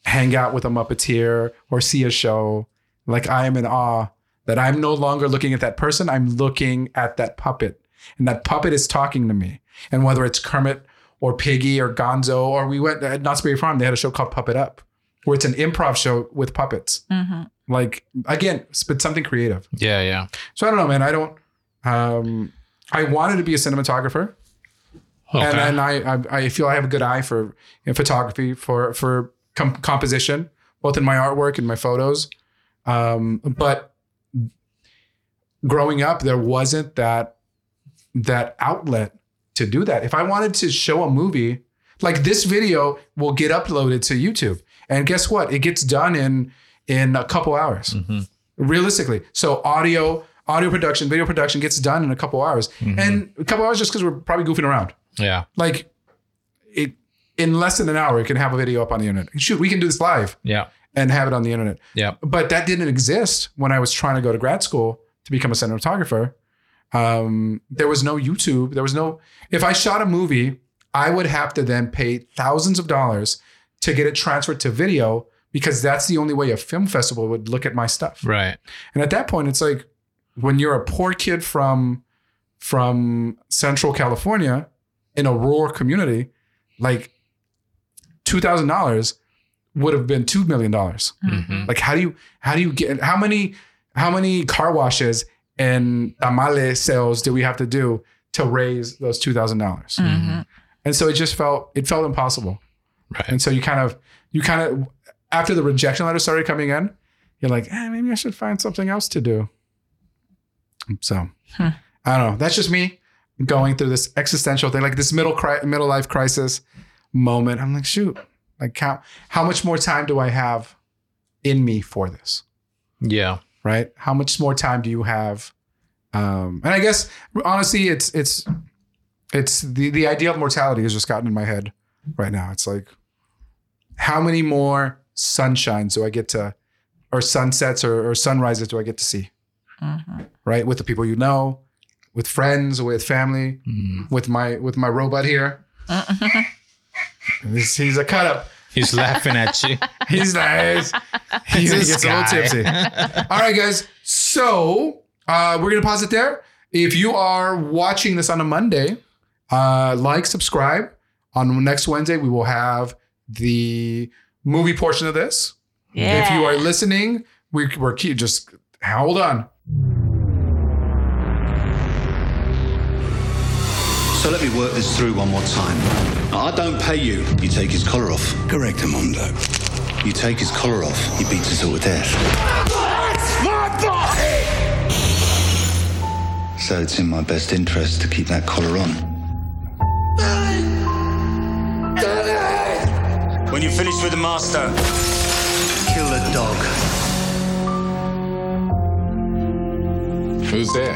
A: hang out with a muppeteer or see a show, like I am in awe that I'm no longer looking at that person. I'm looking at that puppet, and that puppet is talking to me. And whether it's Kermit or Piggy or Gonzo or we went at Knott's Berry Farm, they had a show called Puppet Up, where it's an improv show with puppets.
B: Mm-hmm.
A: Like again, s- but something creative.
C: Yeah. Yeah.
A: So I don't know, man. I don't. Um, I wanted to be a cinematographer
C: Okay.
A: and then I, I I feel I have a good eye for in photography for for com- composition, both in my artwork and my photos. Um, but growing up, there wasn't that that outlet to do that. If I wanted to show a movie, like this video will get uploaded to YouTube, and guess what? It gets done in in a couple hours
C: Mhm.
A: realistically. So audio. Audio production, video production gets done in a couple hours,
C: Mhm.
A: and a couple hours just because we're probably goofing around
C: Yeah.
A: like it in less than an hour it can have a video up on the internet shoot we can do this live
C: Yeah.
A: and have it on the internet
C: Yeah.
A: but that didn't exist when i was trying to go to grad school to become a cinematographer um, there was no youtube there was no if i shot a movie i would have to then pay thousands of dollars to get it transferred to video because that's the only way a film festival would look at my stuff
C: Right.
A: and at that point, it's like when you're a poor kid from from Central California in a rural community, like two thousand dollars would have been two million dollars.
B: Uh-huh.
C: Mm-hmm.
A: Like how do you how do you get how many how many car washes and tamale sales do we have to do to raise those two thousand dollars?
B: Mm-hmm.
A: And so it just felt it felt impossible.
C: Right.
A: And so you kind of you kind of after the rejection letter started coming in, you're like, eh, maybe I should find something else to do. So
B: Hmm.
A: I don't know. That's just me going through this existential thing, like this middle cri- middle life crisis moment. I'm like, shoot, like how how much more time do I have in me for this?
C: Yeah.
A: Right? How much more time do you have? Um, and I guess honestly, it's it's it's the the idea of mortality has just gotten in my head right now. It's like how many more sunshines do I get to, or sunsets or, or sunrises do I get to see?
B: Mm-hmm.
A: Right, with the people you know, with friends, with family,
C: Mm.
A: with my with my robot here. He's, he's a cut up.
C: He's laughing at you.
A: He's nice. He
C: This
A: gets a little
C: guy.
A: tipsy. All right, guys. So uh, we're gonna pause it there. If you are watching this on a Monday, uh, like, subscribe. On next Wednesday, we will have the movie portion of this.
B: Yeah.
A: If you are listening, we, we're keep, just hold on.
D: So let me work this through one more time. I don't pay you. You take his collar off. Correct, Amondo. You take his collar off. He beats us all to death. So it's in my best interest to keep that collar on.
E: When you finish with the master,
D: Kill the dog.
F: Who's there?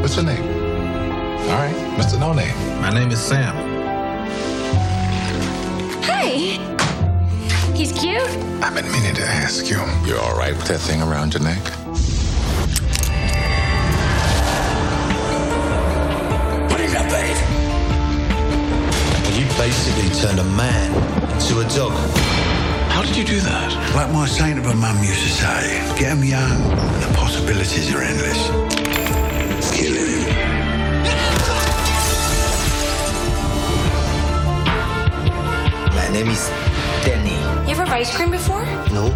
F: What's your name? All right, Mr. No Name.
C: My name is Sam.
G: Hey! He's cute.
F: I've been meaning to ask you. You're all right with that thing around your neck?
D: You basically turned a man into a dog.
F: How did you do that?
D: Like my saint of a mum used to say, get 'em young, and the possibilities are endless. Killing him.
H: My name is Danny.
G: You ever have ice cream before?
H: No?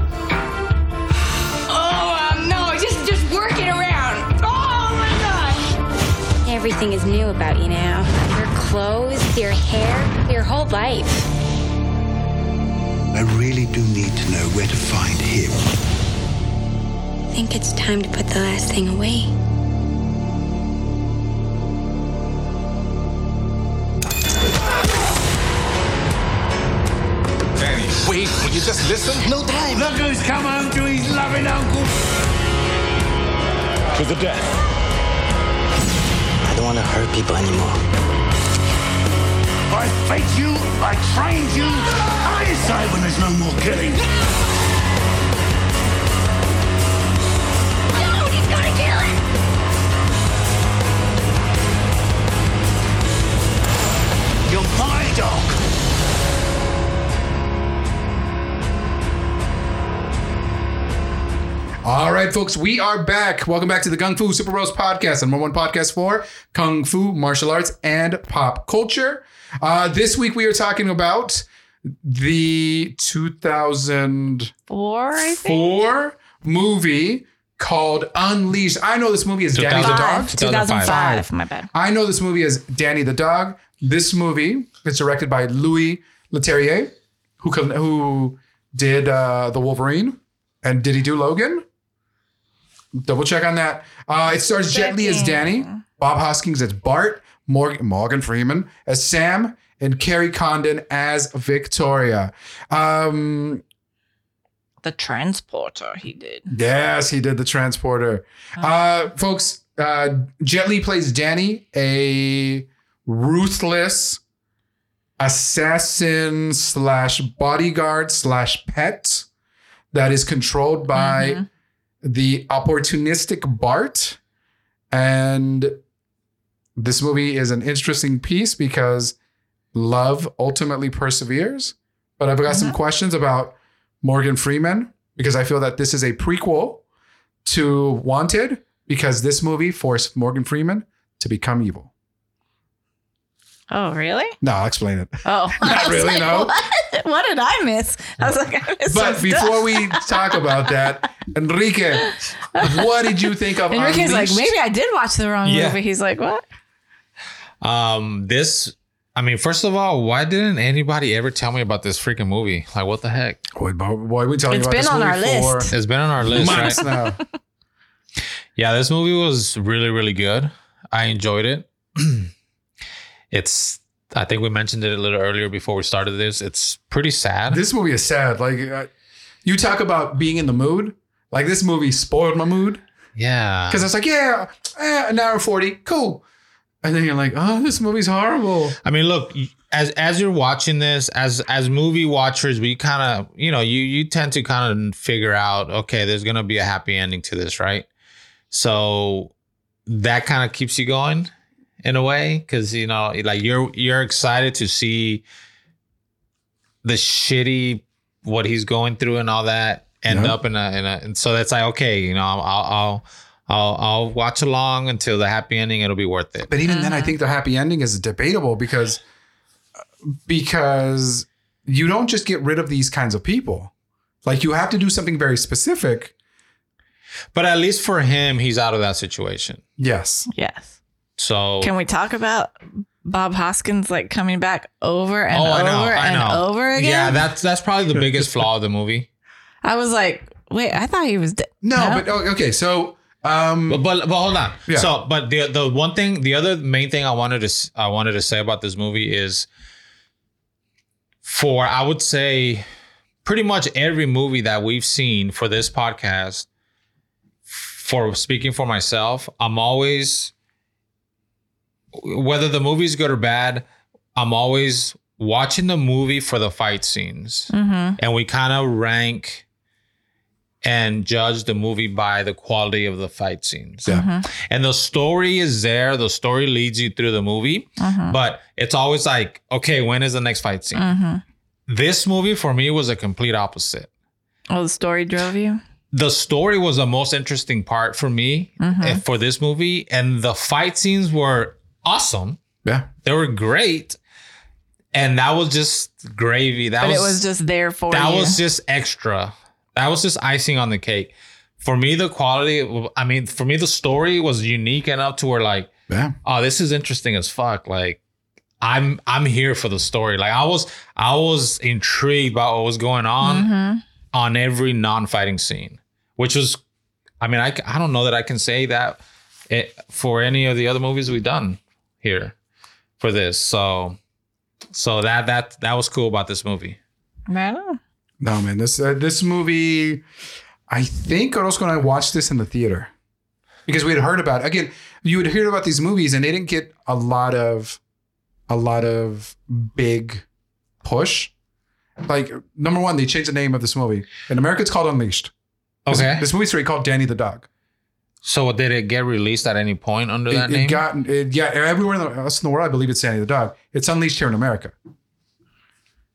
G: Oh, um, no, just just working around. Oh my gosh! Everything is new about you now. Your clothes, your hair, your whole life.
D: I really do need to know where to find him.
G: I think it's time to put the last thing away.
F: Danny, wait, will you just listen?
H: No time!
D: Look who's come home to his loving uncle.
E: to the death.
H: I don't want to hurt people anymore.
D: I fed you, I trained you. I decide when there's no more killing.
G: No, he's gonna kill him!
D: You're my dog.
A: All right, folks, we are back. Welcome back to the Kung Fu Super Bros podcast, number one podcast for Kung Fu, martial arts, and pop culture. Uh, this week we are talking about the 2004
B: Four, I think.
A: movie called Unleashed. I know this movie is Danny the
C: 2005.
A: Dog.
B: Five, 2005.
A: 2005.
B: My bad.
A: I know this movie as Danny the Dog. This movie is directed by Louis Leterrier, who con- who did uh, the Wolverine, and did he do Logan? Double check on that. Uh, it stars Jet Li as Danny, Bob Hoskins as Bart, Morgan, Morgan Freeman as Sam, and Carrie Condon as Victoria. Um,
B: The transporter he did.
A: Yes, he did the transporter. Uh, folks, uh, Jet Li plays Danny, a ruthless assassin slash bodyguard slash pet that is controlled by the opportunistic Bart. And this movie is an interesting piece because love ultimately perseveres. But I've got some questions about Morgan Freeman because I feel that this is a prequel to Wanted because this movie forced Morgan Freeman to become evil.
B: Oh, really?
A: No, I'll explain it.
B: Oh,
A: Not
B: I was
A: really,
B: like,
A: no.
B: What? What did I miss? I was like, I missed
A: But
B: some stuff.
A: before we talk about that, Enrique, what did you think of
B: Enrique's like,
A: Unleashed?
B: maybe I did watch the wrong
C: Yeah.
B: movie. He's like, what?
C: Um, this. I mean, first of all, why didn't anybody ever tell me about this freaking movie? Like, what the heck?
A: Boy, boy, boy, we telling you
B: It's
A: about
B: been
A: this
B: on our
A: movie for
B: list.
C: It's been on our list, right?
A: months now.
C: Yeah, this movie was really, really good. I enjoyed it. it's, I think we mentioned it a little earlier before we started this. It's pretty sad.
A: This movie is sad. Like, uh, you talk about being in the mood. Like this movie spoiled my mood
C: yeah.
A: because I was like, yeah, eh, an hour forty, cool. And then you're like, oh, this movie's horrible.
C: I mean, look, as as you're watching this, as as movie watchers, we kind of, you know, you you tend to kind of figure out, okay, there's gonna be a happy ending to this, right? So that kind of keeps you going in a way, because you know, like you're you're excited to see the shitty what he's going through and all that end
A: Yeah.
C: up in a in a, and so that's like, okay, you know, I'll I'll I'll, I'll watch along until the happy ending. It'll be worth it.
A: But even then, I think the happy ending is debatable because because you don't just get rid of these kinds of people. Like you have to do something very specific
C: But at least for him, he's out of that situation.
A: Yes.
B: Yes.
C: So
B: Can we talk about Bob Hoskins like coming back over and
C: Oh, I
B: over
C: know, I
B: and
C: know.
B: over again?
C: yeah, that's that's probably the biggest flaw of the movie.
B: I was like, wait, I thought he was dead.
A: No,
B: Huh?
A: but oh, okay. So, um,
C: But but, but hold on.
A: Yeah.
C: So but the the one thing, the other main thing I wanted to s- I wanted to say about this movie is for I would say pretty much every movie that we've seen for this podcast. For speaking for myself, I'm always whether the movie's good or bad, I'm always watching the movie for the fight scenes.
B: Mm-hmm.
C: and we kind of rank and judge the movie by the quality of the fight scenes.
A: Yeah.
C: And the story is there, the story leads you through the movie,
B: Mm-hmm.
C: but it's always like, okay, when is the next fight scene?
B: Mm-hmm.
C: This movie for me was a complete opposite.
B: Oh, the story drove you.
C: The story was the most interesting part for me
B: Uh-huh.
C: eh, for this movie, and the fight scenes were awesome.
A: yeah.
C: They were great. And that was just gravy. That
B: But
C: was,
B: it was just there for
C: that
B: you.
C: was just extra. That was just icing on the cake. For me, the quality, I mean, for me, the story was unique enough to where like,
A: Yeah.
C: oh, this is interesting as fuck. Like, I'm I'm here for the story. Like, I was I was intrigued by what was going on
B: Mhm.
C: on every non-fighting scene, which was, I mean, I c- I don't know that I can say that it, for any of the other movies we've done here for this. So, so that that that was cool about this movie.
B: I know.
A: No, man. This uh, this movie, I think Orozco and I watched this in the theater because we had heard about. Again, you would hear about these movies, and they didn't get a lot of, a lot of big push. Like number one, they changed the name of this movie. In America, it's called Unleashed. This-
C: Okay.
A: This movie's already called Danny the Dog.
C: So did it get released at any point under that
A: It, it
C: name?
A: got it, yeah everywhere in the, else in the world. I believe it's Danny the Dog. It's Unleashed here in America.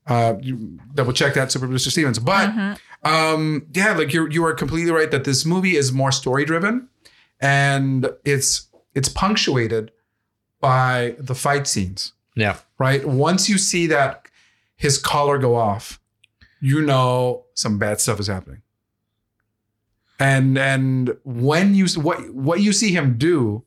A: Uh, you double check that, Super Producer Stevens. But
B: Mhm.
C: Mm-hmm.
A: um yeah like you're you are completely right that this movie is more story driven and it's it's punctuated by the fight scenes
C: yeah.
A: right once you see that his collar go off you know some bad stuff is happening and and when you what what you see him do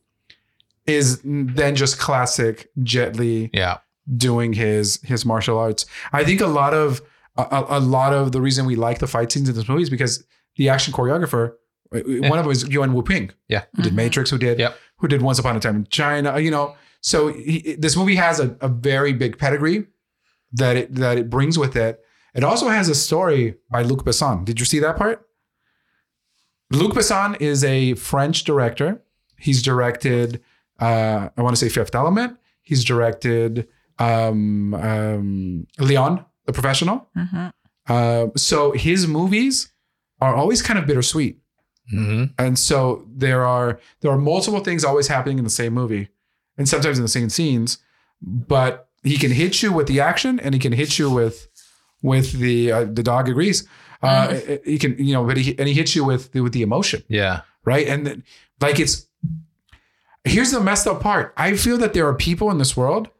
A: is then just classic Jet Li
C: Yeah.
A: doing his his martial arts. I think a lot of a, a- a lot of the reason we like the fight scenes in this movie is because the action choreographer, uh, one of them is Yuan Wu Ping,
C: Yeah.
A: who did
B: Mhm.
A: Matrix, who did
C: Yep.
A: who did Once Upon a Time in China. You know, so he, this movie has a, a very big pedigree that it that it brings with it. It also has a story by Luc Besson. Did you see that part? Luc Besson is a French director. He's directed, uh, I want to say Fifth Element. He's directed um, um, Leon, the professional.
B: Mhm.
A: Uh, so his movies are always kind of bittersweet.
C: hmm
A: And so there are there are multiple things always happening in the same movie, and sometimes in the same scenes. But he can hit you with the action, and he can hit you with with the uh, the dog agrees. Uh, He can you know, but he and he hits you with with the emotion,
C: Yeah.
A: right? And then, like it's here's the messed up part. I feel that there are people in this world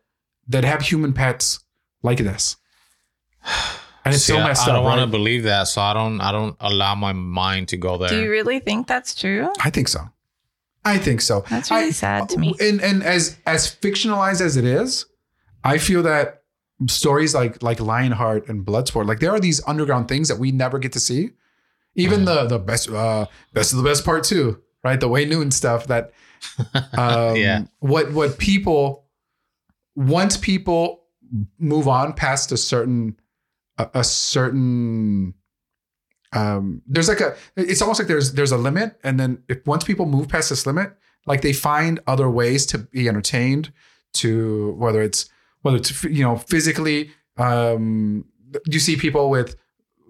A: that have human pets like this, and it's
C: See,
A: so
C: I-
A: messed
C: I don't
A: up.
C: want
A: Right?
C: to believe that, so I don't. I don't allow my mind to go there.
B: Do you really think that's true?
A: I think so. I think so.
B: That's really
A: I-
B: sad
C: oh,
B: to me.
A: And and as as fictionalized as it is, I feel that stories like like Lionheart and Bloodsport, like there are these underground things that we never get to see. Even the the best uh best of the best part two, right? The Way Noon stuff that um
C: Yeah.
A: what what people once people move on past a certain a, a certain um there's like a it's almost like there's there's a limit and then if once people move past this limit like they find other ways to be entertained to whether it's whether it's you know physically um you see people with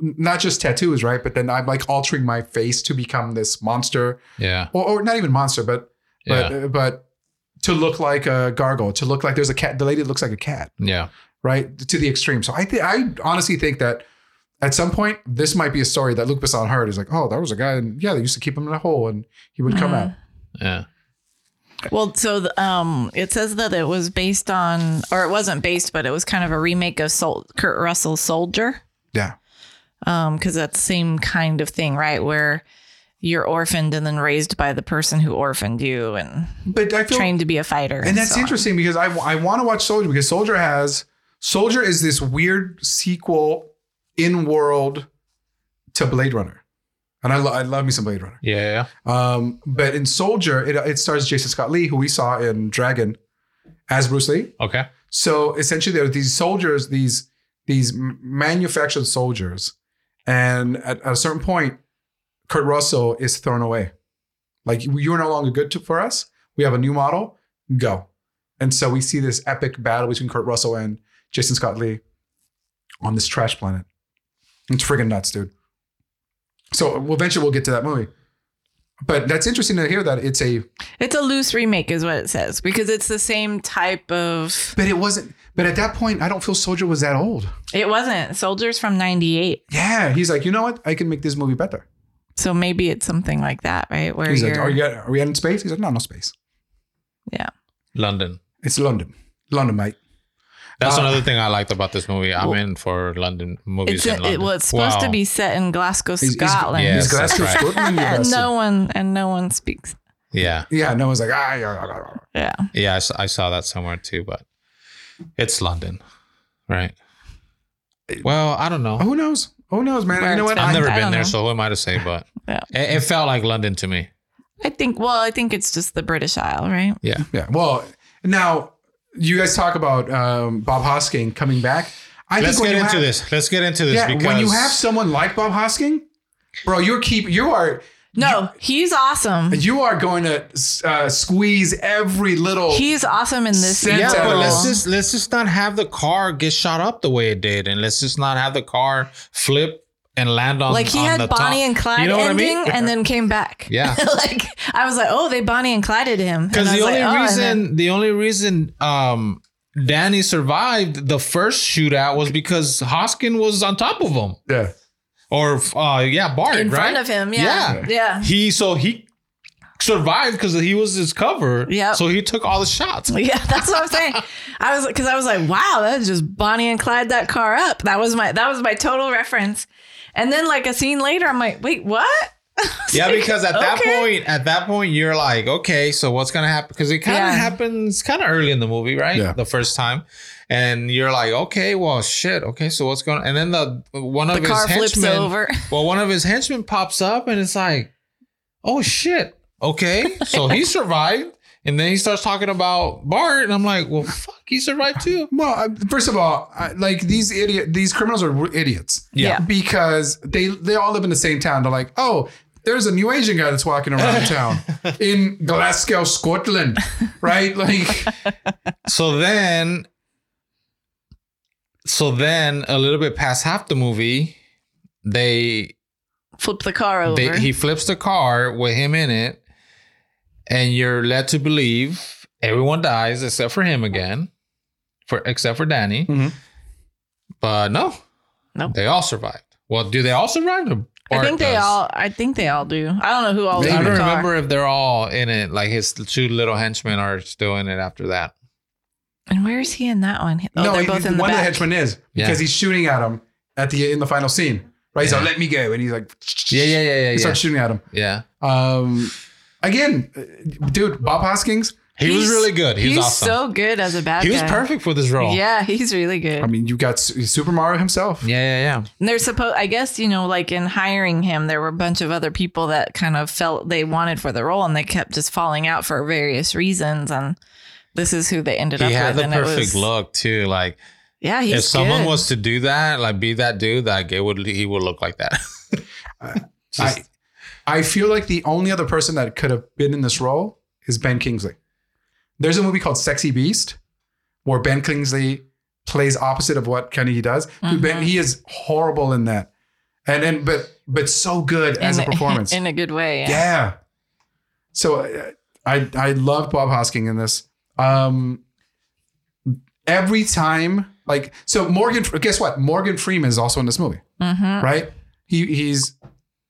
A: not just tattoos right but then i'm like altering my face to become this monster
C: yeah.
A: or, or not even monster but
C: Yeah.
A: but uh, but to look like a gargoyle to look like there's a cat the lady looks like a cat
C: yeah.
A: right to the extreme so i think i honestly think that at some point this might be a story that luke besson heard is like oh there was a guy and yeah they used to keep him in a hole and he would come out
C: Yeah.
B: Well, so the, um, it says that it was based on, or it wasn't based, but it was kind of a remake of Sol- Kurt Russell's Soldier.
A: yeah
B: Um, because that's the same kind of thing, right? Where you're orphaned and then raised by the person who orphaned you and
A: But I feel
B: trained to be a fighter.
A: and that's
B: so on.
A: interesting because I I want to watch Soldier because Soldier has Soldier is this weird sequel in world to Blade Runner, and I lo- I love me some Blade Runner.
C: Yeah.
A: Um, but in Soldier, it it stars Jason Scott Lee, who we saw in Dragon as Bruce Lee.
C: Okay.
A: So essentially, there are these soldiers, these these m- manufactured soldiers, and at, at a certain point, Kurt Russell is thrown away. Like you are no longer good to, for us. We have a new model. Go. And so we see this epic battle between Kurt Russell and Jason Scott Lee on this trash planet. It's friggin' nuts, dude. So we'll- eventually we'll get to that movie. But that's interesting to hear that it's a
B: It's a loose remake, is what it says, because it's the same type of.
A: but it wasn't but at that point I don't feel Soldier was that old.
B: It wasn't Soldiers from '98,
A: Yeah, he's like, you know what? I can make this movie better.
B: so maybe it's something like that, right? Where
A: He's
B: you're,
A: like, are, you, are we in space? He's like, no, no space.
B: yeah,
C: London.
A: It's London, London, mate.
C: That's
A: Uh,
C: another thing I liked about this movie. I'm in for London movies
B: it's
C: in
B: a,
C: London.
B: it, well, it's supposed to
C: Wow.
B: be set in Glasgow,
A: He's- he's-
B: Scotland.
C: Yeah.
A: He's
C: Yes,
A: Glasgow,
C: that's right.
A: Scotland. you
B: and
A: bastard.
B: no one and no one speaks.
C: Yeah.
A: Yeah, no one's like, ah, yeah, yeah, yeah.
B: Yeah,
C: Yeah. I s- I saw that somewhere too, but it's London, right? Well, I don't know.
A: who knows? Who knows, man?
B: Where
A: you know
B: it's
A: what?
B: from.
C: I've
A: I,
C: never
B: I
C: been
B: don't
C: there,
B: know.
C: so who am I to say? But
B: Yeah.
C: it, it felt like London to me.
B: I think. Well, I think it's just the British Isle, right?
C: Yeah.
A: yeah. Well, now you guys talk about um, Bob Hosking coming back. I
C: Let's
A: when
C: get
A: you
C: into
A: have-
C: this. Let's get into this
A: Yeah,
C: because
A: when you have someone like Bob Hosking, bro, you're keep you are
B: No, he's awesome.
A: you are going to uh, squeeze every little.
B: He's awesome in this.
A: Santa-
C: yeah,
A: Santa-
C: but
B: sequel.
C: let's just let's just not have the car get shot up the way it did, and let's just not have the car flip and land on
B: like he
C: on
B: had
C: the
B: Bonnie
C: top.
B: and Clyde
C: You know what I
B: ending
C: mean?
B: and then came back.
C: Yeah.
B: like I was like, oh, they Bonnie and Clyded him. And
C: Because
B: I
C: the
B: was
C: only
B: like, oh, and
C: reason
B: then-
C: the only reason um Danny survived the first shootout was because Hoskin was on top of him,
A: yeah,
C: or uh yeah, Bart
B: in
C: right?
B: front of him, yeah, yeah, yeah.
C: He so he survived because he was his cover.
B: Yep.
C: So he took all the shots.
B: that's what I'm saying. I was because I was like, wow, that's just Bonnie and Clyde that car up. That was my that was my total reference. And then like a scene later, I'm like, wait, what?
C: Yeah, because at that
B: okay.
C: point, at that point, you're like, okay, so what's gonna happen? Because it kind of
B: Yeah.
C: happens kind of early in the movie, right?
A: Yeah.
C: The first time, and you're like, okay, well, shit, okay, so what's going? And then the one of
B: The
C: his
B: car flips
C: henchmen,
B: over.
C: well, one of his henchmen pops up, and it's like, oh shit, okay, so he survived, and then he starts talking about Bart, and I'm like, well, fuck, he survived too.
A: Well, I- first of all, I, like these idiot, these criminals are r- idiots.
B: Yeah.
A: Because they they all live in the same town. They're like, oh, there's a new Asian guy that's walking around town in Glasgow, Scotland, right? Like,
C: So then, so then, a little bit past half the movie, they
B: Flip the car over.
C: They, he flips the car with him in it, and you're led to believe everyone dies except for him again, for except for Danny.
A: Mhm.
C: But no,
B: No.
C: they all survived. Well, do they all survive? Or
B: I
C: Bart
B: think they
C: does?
B: all. I think they all do. I don't know who all was
A: Maybe.
C: I
B: in
C: don't
B: the car.
C: remember if they're all in it. Like his two little henchmen are still in it after that.
B: And where is he in that one? Oh, they're
A: he-
B: both in the
A: one of the
B: back.
A: henchmen is
C: Yeah.
A: because he's shooting at him at the in the final scene, right? He's like,
C: Yeah.
A: let me go, and he's like,
C: Yeah, yeah, yeah, yeah,
A: he
C: yeah.
A: starts shooting at him.
C: yeah.
A: Um, again, uh, dude, Bob Hoskins.
C: He was
B: He's-
C: really good. He was
B: he's
C: awesome.
B: so good as a bad
C: he was
B: guy.
C: perfect for this role.
B: Yeah, he's really good.
A: I mean, you got Su- Super Mario himself.
C: Yeah, yeah,
B: And they're supposed, I guess, you know, like in hiring him, there were a bunch of other people that kind of felt they wanted for the role and they kept just falling out for various reasons. And this is who they ended
C: yeah.
B: up
C: He had
B: with.
C: the
B: and
C: perfect
B: it was,
C: look too. Like
B: Yeah, he's
C: if someone
B: good.
C: was to do that, like be that dude, like it would he would look like that. Just-
A: I, I feel like the only other person that could have been in this role is Ben Kingsley. There's a movie called Sexy Beast where Ben Kingsley plays opposite of what Kennedy does. Dude,
B: Mm-hmm.
A: Ben, he is horrible in that. And and but but so good as a
B: In-
A: performance.
B: in a good way. Yeah.
A: yeah. So uh, I I loved Bob Hosking in this. Um every time like so Morgan guess what? Morgan Freeman is also in this movie
B: Mm-hmm.
A: right? He he's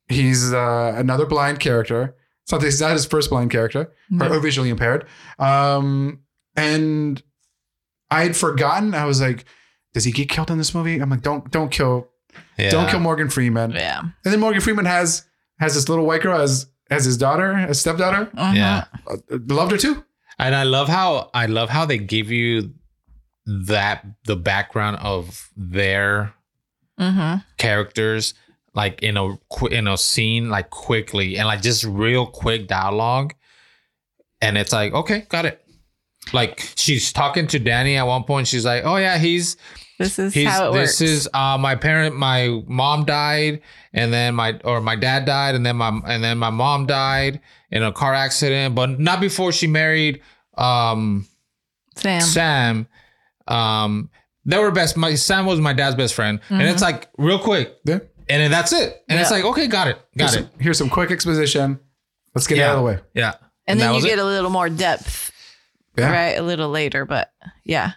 A: he's uh, another blind character. It's not it's not his first blind character or- or, visually impaired. Um, and I had forgotten. I was like, does he get killed in this movie? I'm like, don't don't kill
C: Yeah.
A: don't kill Morgan Freeman.
B: Yeah.
A: And then Morgan Freeman has has this little white girl as as his daughter, as stepdaughter.
B: Mm-hmm.
C: Yeah.
A: Uh, loved her too.
C: And I love how I love how they give you that the background of their
B: Mm-hmm.
C: characters like in a qui- in a scene like quickly and like just real quick dialogue and it's like okay got it like she's talking to Danny at one point she's like oh yeah he's
B: This is
C: he's
B: how it works.
C: this is uh my parent my mom died and then my or my dad died and then my and then my mom died in a car accident but not before she married um
B: Sam.
C: Sam. Um, they were best. My Sam was my dad's best friend, and it's like real quick,
A: Yeah.
C: and then that's it. And it's
B: Mm-hmm. Yeah.
C: like okay, got it, got
A: Here's
C: it.
A: some, here's some quick exposition. Let's get it out of the way.
C: Yeah,
B: and
C: that
B: then you
C: was it.
B: get a little more depth,
A: Yeah.
B: right? A little later, but yeah.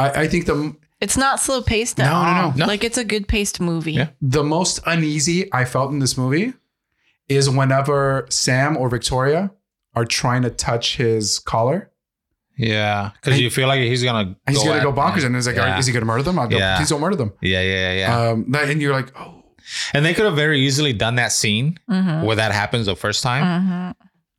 A: I, I think the
B: It's not slow paced at
A: No, no,
B: all.
A: no.
C: No.
B: Like it's a good paced movie.
C: Yeah.
A: the most uneasy I felt in this movie is whenever Sam or Victoria are trying to touch his collar.
C: yeah, because you feel like he's gonna
A: And he's gonna
C: at
A: go bonkers,
C: them.
A: and it's like,
C: yeah.
A: is he gonna murder them? I go,
C: Yeah.
A: please don't murder them.
C: yeah, yeah, yeah, yeah.
A: Um, that- and you're like, oh,
C: and they could have very easily done that scene
B: Mm-hmm.
C: where that happens the first time,
B: Mhm.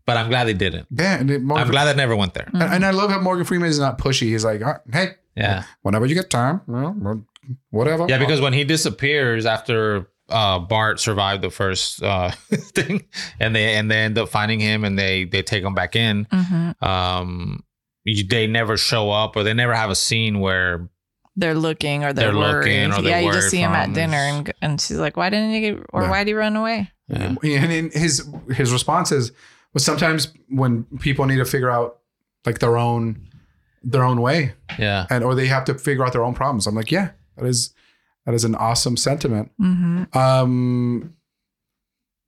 C: but I'm glad they didn't.
A: yeah. And, it- Morgan,
C: I'm glad that never went there.
B: Mm-hmm.
A: and, and I love how Morgan Freeman is not pushy. He's like, "Ah, hey,
C: Yeah,
A: whenever you get time, well, well, whatever.
C: yeah, because when he disappears after. Uh, Bart survived the first uh, thing, and they and they end up finding him, and they they take him back in,
B: Mhm.
C: um you, they never show up or they never have a scene where
B: They're looking or they're,
C: They're looking
B: worried.
C: or they're
B: yeah, you
C: worried
B: just see him
C: from-
B: at dinner and go- and she's like, "Why didn't you get, or
A: Yeah.
B: why'd he run away?"
C: yeah.
A: and in his his responses was sometimes when people need to figure out like their own their own way
C: yeah
A: and or they have to figure out their own problems i'm like yeah that is that is an awesome sentiment
B: Mm-hmm.
A: um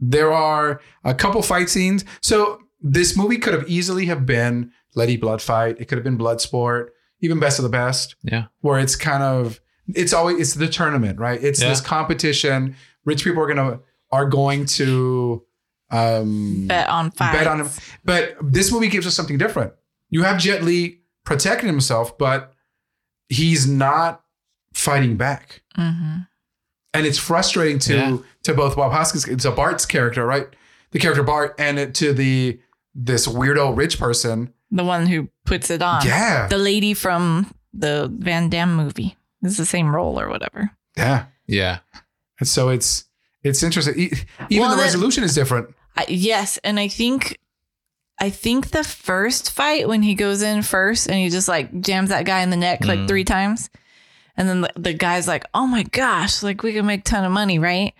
A: there are a couple fight scenes so this movie could have easily have been letty blood fight it could have been blood sport even best of the best
C: Yeah.
A: where it's kind of it's always it's the tournament right it's
C: Yeah.
A: this competition rich people are gonna are going to um
B: Bet on five.
A: Bet on him. but this movie gives us something different. You have Jet Li protecting himself, but he's not fighting back.
B: Mm-hmm.
A: And it's frustrating to
C: Yeah.
A: to both Bob Hoskins, it's a Bart's character, right? The character Bart, and it, to the this weirdo rich person.
B: The one who puts it on.
A: yeah,
B: The lady from the Van Damme movie. It's the same role or whatever.
A: yeah.
C: yeah
A: And so it's it's interesting. E- Even
B: Well,
A: the
B: that-
A: resolution is different.
B: I, yes, and I think I think the first fight when he goes in first and he just like jams that guy in the neck like
C: Mhm.
B: three times. And then the, the guy's like, "Oh my gosh, like we can make ton of money, right?"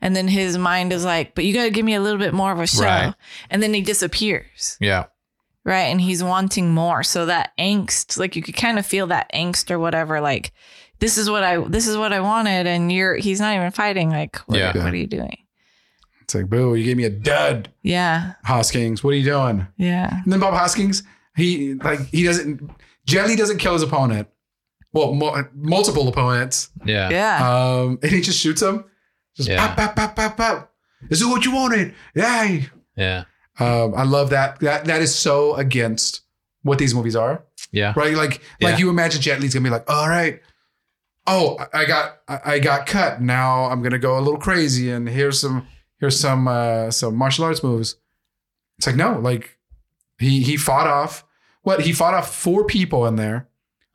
B: And then his mind is like, "But you got to give me a little bit more of a show."
C: Right.
B: And then he disappears,
C: yeah
B: right? And he's wanting more. So that angst, like you could kind of feel that angst or whatever like this is what I this is what I wanted and you're he's not even fighting like what,
C: Yeah.
B: what are you doing?
A: It's like, boo, you gave me a dud,
B: Yeah.
A: Hoskins. What are you doing?
B: Yeah.
A: And then Bob Hoskins, he like he doesn't Jelly doesn't kill his opponent. Well, mul- multiple opponents.
C: yeah
B: Yeah.
A: Um, and he just shoots him. Just
C: Yeah.
A: pop, pop, pop, pop, pop. Is it what you wanted? Yay.
C: yeah
A: Um, I love that. That that is so against what these movies are.
C: yeah
A: Right? Like
C: Yeah.
A: like you imagine Jet Li's gonna be like, all right. Oh, I- I got I I got cut. Now I'm gonna go a little crazy and here's some here's some uh some martial arts moves. It's like no, like he he fought off what he fought off four people in there.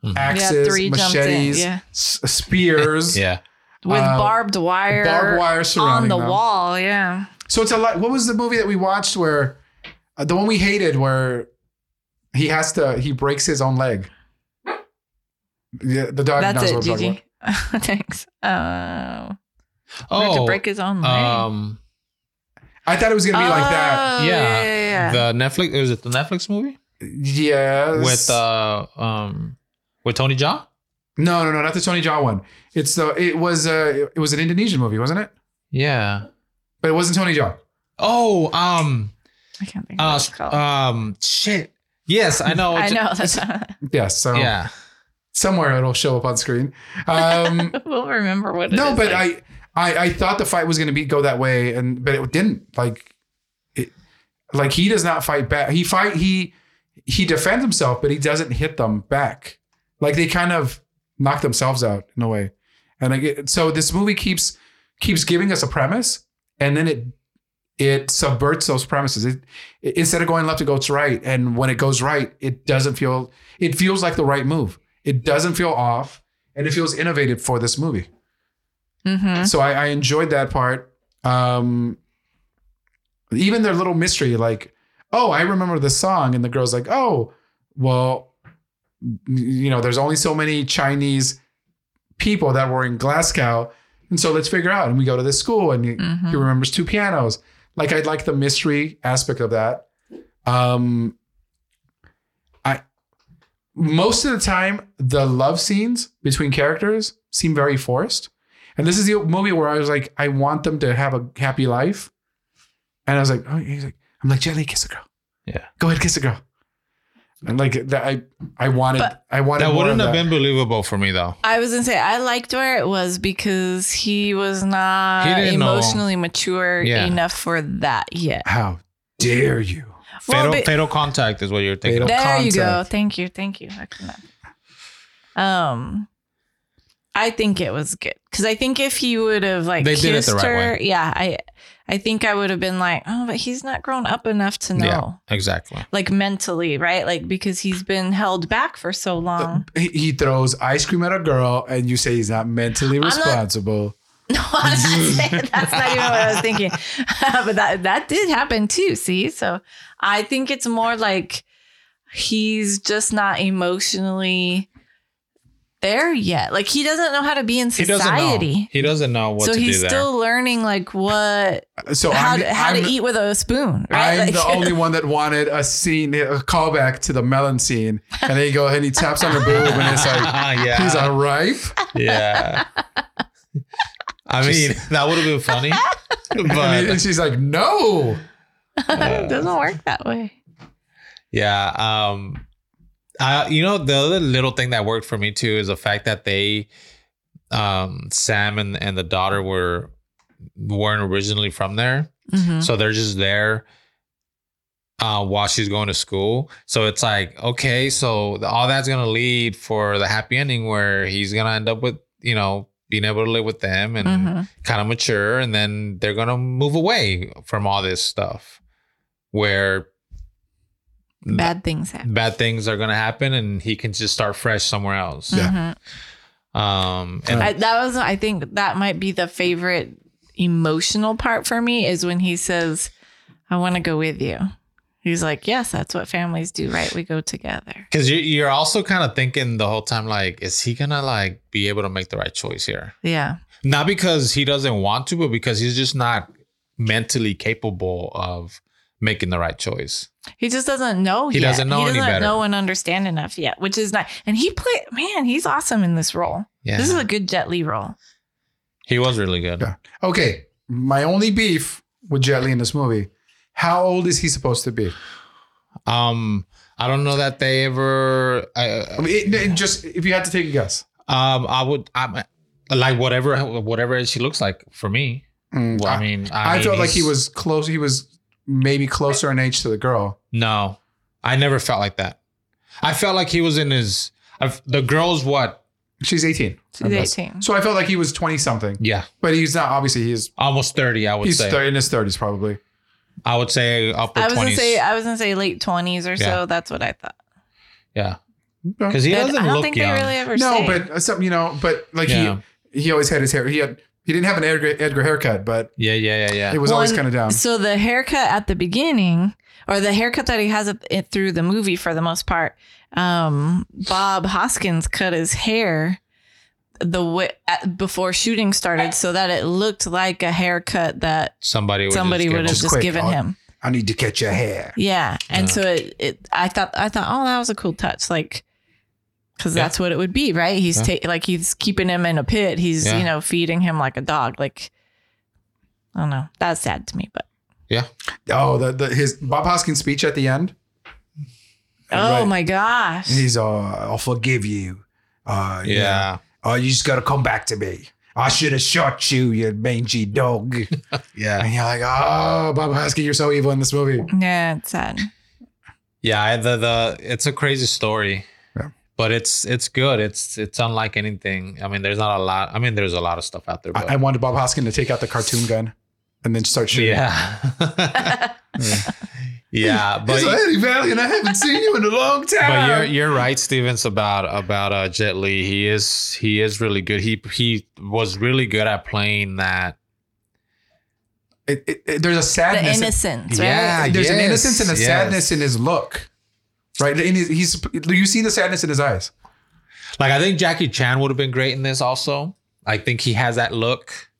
C: Mhm. Yeah,
A: Axes,
B: three jumped in,
A: machetes,
B: yeah.
A: s- spears,
C: yeah
B: with
A: Uh,
B: barbed wire,
A: barbed wire
B: on
A: surrounding
B: the
A: them.
B: wall. Yeah,
A: So it's a lot. What was the movie that we watched where uh, the one we hated where he has to he breaks his own leg? Yeah, the dog
B: that's
A: knows
B: it,
A: what I'm talking
B: Gigi. Thanks. Uh, oh, to
C: oh
B: break his own leg.
C: um
A: about. I thought it was gonna be like that.
B: Oh, yeah,
C: Yeah.
B: yeah, yeah.
C: the netflix is it the netflix movie
B: Oh.
A: Yes.
C: with uh um with tony jaa
A: no, no, no, not the Tony Jaa one. It's the it was uh it was an Indonesian movie, wasn't it?
C: yeah
A: But it wasn't Tony Jaa.
C: oh um
B: I can't think of
C: uh
B: what it's called.
C: um shit yes i
A: oh,
C: know
B: I know that's
A: Yes. So
C: yeah
A: somewhere it'll show up on screen. Um,
B: we'll remember what. it
A: no,
B: is
A: but
B: like.
A: I, I I thought the fight was gonna be go that way, and but it didn't. Like it, like he does not fight back. He fight he he defends himself, but he doesn't hit them back. Like they kind of knock themselves out in a way. And I get, so this movie keeps keeps giving us a premise and then it it subverts those premises. It, it- instead of going left, it goes right, and when it goes right, it doesn't feel it feels like the right move. It doesn't feel off, and it feels innovative for this movie.
B: Mm-hmm.
A: So I, I enjoyed that part. Um, even their little mystery, like, oh, I remember the song, and the girl's like, oh, well, you know, there's only so many Chinese people that were in Glasgow, and so let's figure out. And we go to this school, and he-
B: Mhm.
A: he remembers two pianos. Like, I like the mystery aspect of that. Um, I most of the time the love scenes between characters seem very forced. And this is the movie where I was like, I want them to have a happy life. And I was like, oh, he's like, I'm like, Jelly, kiss a girl.
C: Yeah.
A: Go ahead, kiss a girl. And like that, I I wanted
B: But-
A: I wanted
C: That
A: more
C: wouldn't
A: of
C: have
A: that.
C: been believable for me though.
B: I was gonna say I liked where it was because he was not
C: He didn't know.
B: emotionally mature
C: Yeah.
B: enough for that yet.
A: How dare you?
C: Fatal,
B: but-
C: fatal contact is what you're thinking.
A: Fatal-
C: of.
B: there you go.
A: contact.
B: Thank you. Thank you. I couldn't- Um, I think it was good because I think if he would have like
C: They
B: kissed
C: did it the right
B: her, yeah, I, I think I would have been like, oh, but he's not grown up enough to know,
C: Yeah, exactly.
B: like mentally, right? Like because he's been held back for
C: Uh,
B: so long.
A: He, he throws ice cream at a girl, and you say he's not mentally
B: not-
A: responsible.
B: No, I'm not saying that's not even what I was thinking. but that that did happen too, see? So I think it's more like he's just not emotionally there yet. Like he doesn't know how to be in
C: He doesn't know.
B: society.
C: He doesn't know what
B: So
C: to
B: he's
C: do there. Oh,
B: still learning like what
A: So
B: how
A: I'm,
B: to, how
A: I'm,
B: to eat with a spoon, right?
A: I'm
B: like,
A: the only one that wanted a scene, a callback to the melon scene, and then he go and he taps on the boob, and it's like
C: yeah.
A: he's a ripe.
C: yeah. I mean, that would have been funny,
A: and, he- and
C: but
A: she's like, no.
B: it doesn't work that way.
C: yeah. Um, I, you know, the other little thing that worked for me too is the fact that they, um, Sam and and the daughter were weren't originally from there,
B: Mhm.
C: so they're just there. Uh, while she's going to school, so it's like okay, so the- all that's gonna lead for the happy ending where he's gonna end up with you know being able to live with them and
B: Mhm.
C: kind of mature and then they're going to move away from all this stuff where
B: Bad things happen.
C: bad things are going to happen and he can just start fresh somewhere else
A: Yeah.
B: Mhm.
C: um and
B: I, that was I think that might be the favorite emotional part for me is when he says, "I want to go with you." He's like, "Yes, that's what families do, right? We go together."
C: because you're, you're also kind of thinking the whole time like is he gonna like be able to make the right choice here
B: Yeah,
C: not because he doesn't want to but because he's just not mentally capable of making the right choice
B: he just doesn't know.
C: He
B: yet.
C: doesn't know
B: He
C: any
B: doesn't
C: better.
B: know and understand enough yet, which is not. And he played. Man, he's awesome in this role.
C: yeah
B: This is a good Jet Li role.
C: he was really good
A: Yeah. Okay, my only beef with Jet Li in this movie. How old is he supposed to be?
C: um i don't know that they ever I, uh,
A: I mean, it, it just if you had to take a guess,
C: Um, I would. I'm like whatever, whatever she looks like for me.
A: Mm,
C: I
A: I,
C: mean,
A: I
C: mean,
A: felt like
C: he's-
A: he was close. He was maybe closer in age to the girl.
C: No, I never felt like that. I felt like he was in his. I've, the girl's what?
A: She's eighteen.
B: She's eighteen.
A: So I felt like he was twenty something,
C: Yeah,
A: but he's not. Obviously, he's
C: almost thirty. I would
A: he's
C: say.
A: thir- in his thirties probably.
C: I would say upper
B: I was gonna
C: twenties.
B: say uh, I was gonna say late twenties or
C: Yeah.
B: so. That's what I thought.
C: Yeah, because he
B: But
C: doesn't
B: I don't
C: look
B: think
C: young.
B: they really ever
A: No,
B: say.
A: but uh, some you know, but like
C: Yeah.
A: he he always had his hair. He had he didn't have an Edgar, Edgar haircut, but
C: yeah, yeah, yeah, yeah.
A: it was always
B: One-
A: kind of down.
B: So the haircut at the beginning, or the haircut that he has at- it through the movie for the most part, um, Bob Hoskins cut his hair the way at, before shooting started, so that it looked like a haircut that
C: somebody. Would
B: somebody
C: just give
B: would have
C: him-
B: just,
A: quick,
B: given
A: uh,
B: him.
A: I need to catch your hair.
B: Yeah, and so it, it, I thought, I thought, oh, that was a cool touch, like. Cause
C: Yeah.
B: that's what it would be, right? He's
C: Yeah.
B: ta- like he's keeping him in a pit. He's
C: Yeah.
B: you know feeding him like a dog. Like I don't know. That's sad to me, but
A: Oh, the, the his Bob Hoskins speech at the end.
B: Oh
A: Right.
B: my gosh.
A: And he's uh, I'll forgive you. Uh,
C: Yeah.
A: Oh, you just gotta come back to me. I should have shot you, you mangy dog.
C: yeah.
A: and you're like, oh, Bob Hoskins, you're so evil in this movie.
B: Yeah, it's sad.
C: Yeah, I- the the it's a crazy story.
A: Yeah.
C: But it's it's good. It's it's unlike anything. I mean, there's not a lot. I mean, there's a lot of stuff out there. But
A: I, I wanted Bob Hoskins to take out the cartoon gun. and then start shooting.
C: Yeah. yeah,
A: It's like,
C: but
A: Eddie Valiant, I haven't seen you in a long time.
C: but you're you're right, Stevens, about about uh, Jet Li. He is he is really good. He he was really good at playing that.
A: It- it- it- there's a
B: The
A: sadness.
B: innocence, right?
C: Yeah,
A: there's an
C: yes,
A: innocence and a
C: yes.
A: sadness in his look, right? In his, he's you see the sadness in his eyes.
C: Like I think Jackie Chan would have been great in this. Also, I think he has that look.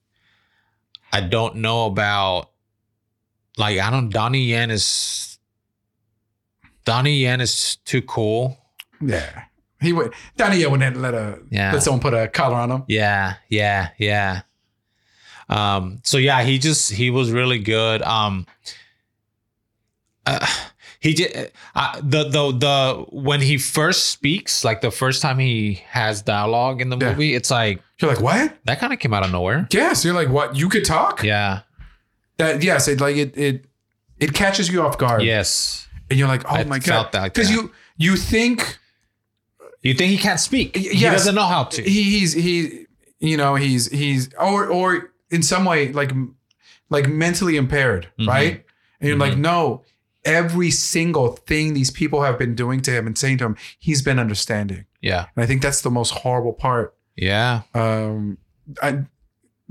C: I don't know about, like I don't. Donnie Yen is. Donnie Yen is too cool.
A: Yeah, he would. Donnie Yen wouldn't let a
C: Yeah.
A: let someone put a collar on him.
C: Yeah, yeah, yeah. Um, so yeah, he just he was really good. Um uh, he did uh, the the the when he first speaks, like the first time he has dialogue in the
A: Yeah.
C: movie, it's like
A: You're like, what?
C: that kind of came out of nowhere.
A: Yes. You're like, what? You could talk?
C: Yeah.
A: That yes. It like it it it catches you off guard.
C: Yes.
A: And you're like, oh
C: I
A: my
C: felt
A: god,
C: that,
A: because
C: yeah.
A: you you think
C: You think he can't speak?
A: Y-
C: He
A: yes.
C: doesn't know how to.
A: he, he's he you know he's he's or or in some way like like mentally impaired,
C: Mhm.
A: right? And you're
C: Mm-hmm.
A: like, no. Every single thing these people have been doing to him and saying to him, he's been understanding.
C: yeah.
A: And I think that's the most horrible part.
C: Yeah.
A: Um, I,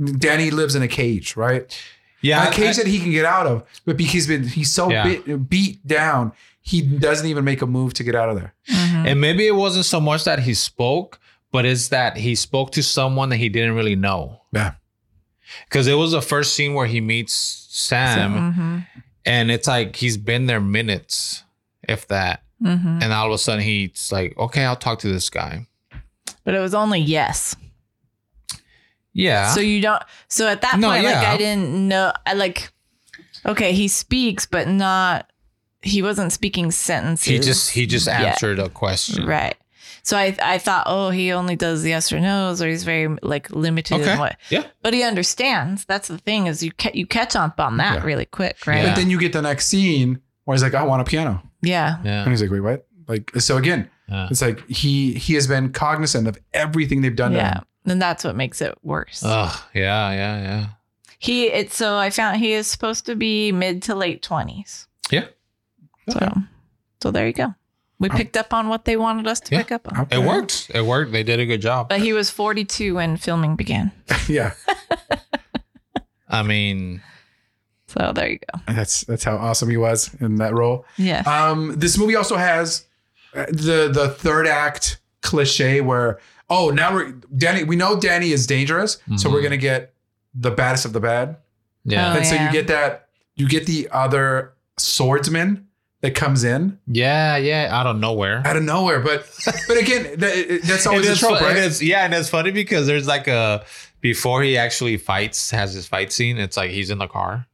A: Danny lives in a cage, right?
C: Yeah.
A: a cage
C: I-
A: that he can get out of, but because he's been he's so
C: Yeah.
A: bit, beat down, he doesn't even make a move to get out of there.
B: Mhm.
A: hmm.
C: and maybe it wasn't so much that he spoke, but it's that he spoke to someone that he didn't really know.
A: Yeah.
C: Because it was the first scene where he meets Sam,
B: Mhm.
C: and it's like he's been there minutes, if that.
B: Mhm.
C: And all of a sudden he's like, okay, I'll talk to this guy.
B: But it was only yes.
C: Yeah.
B: So you don't. So at that
C: Ah. No,
B: point, like
C: yeah.
B: I didn't know. I like. Okay, he speaks, but not. He wasn't speaking sentences.
C: he just he just
B: Yeah.
C: answered a question.
B: right. So I I thought, oh, he only does yes or no's, or he's very like limited
C: Okay.
B: in what.
C: Yeah.
B: But he understands. That's the thing is you ca- you catch up on that
A: Yeah.
B: really quick, right?
C: Yeah.
B: Yeah.
A: But then you get the next scene where he's like, "I want a piano," and
C: Yeah.
A: he's like, "Wait, what?" Like so again,
C: Yeah.
A: it's like he he has been cognizant of everything they've done to
B: Yeah.
A: him.
B: Then that's what makes it worse.
C: Ugh, yeah, yeah, yeah.
B: he it's so I found he is supposed to be mid to late twenties.
C: Yeah.
B: So so there you go. We picked up on what they wanted us to
C: Yeah.
B: pick up on.
A: Okay.
C: It worked. It worked. They did a good job.
B: But he was 42 when filming began.
A: yeah,
C: I mean,
B: So there you go.
A: that's that's how awesome he was in that role.
B: Yeah.
A: Um, this movie also has uh, the the third act cliche where oh now we're Danny we know Danny is dangerous, so
C: Mhm.
A: we're gonna get the baddest of the bad.
C: yeah.
B: Oh,
A: and so you
B: yeah.
A: get that you get the other swordsman that comes in
C: Yeah, yeah. Out of nowhere.
A: out of nowhere but but again that, that's always
C: And
A: a
C: it's
A: trope
C: fu-
A: right
C: and it's- yeah, and it's funny because there's like a before he actually fights, has his fight scene. It's like he's in the car,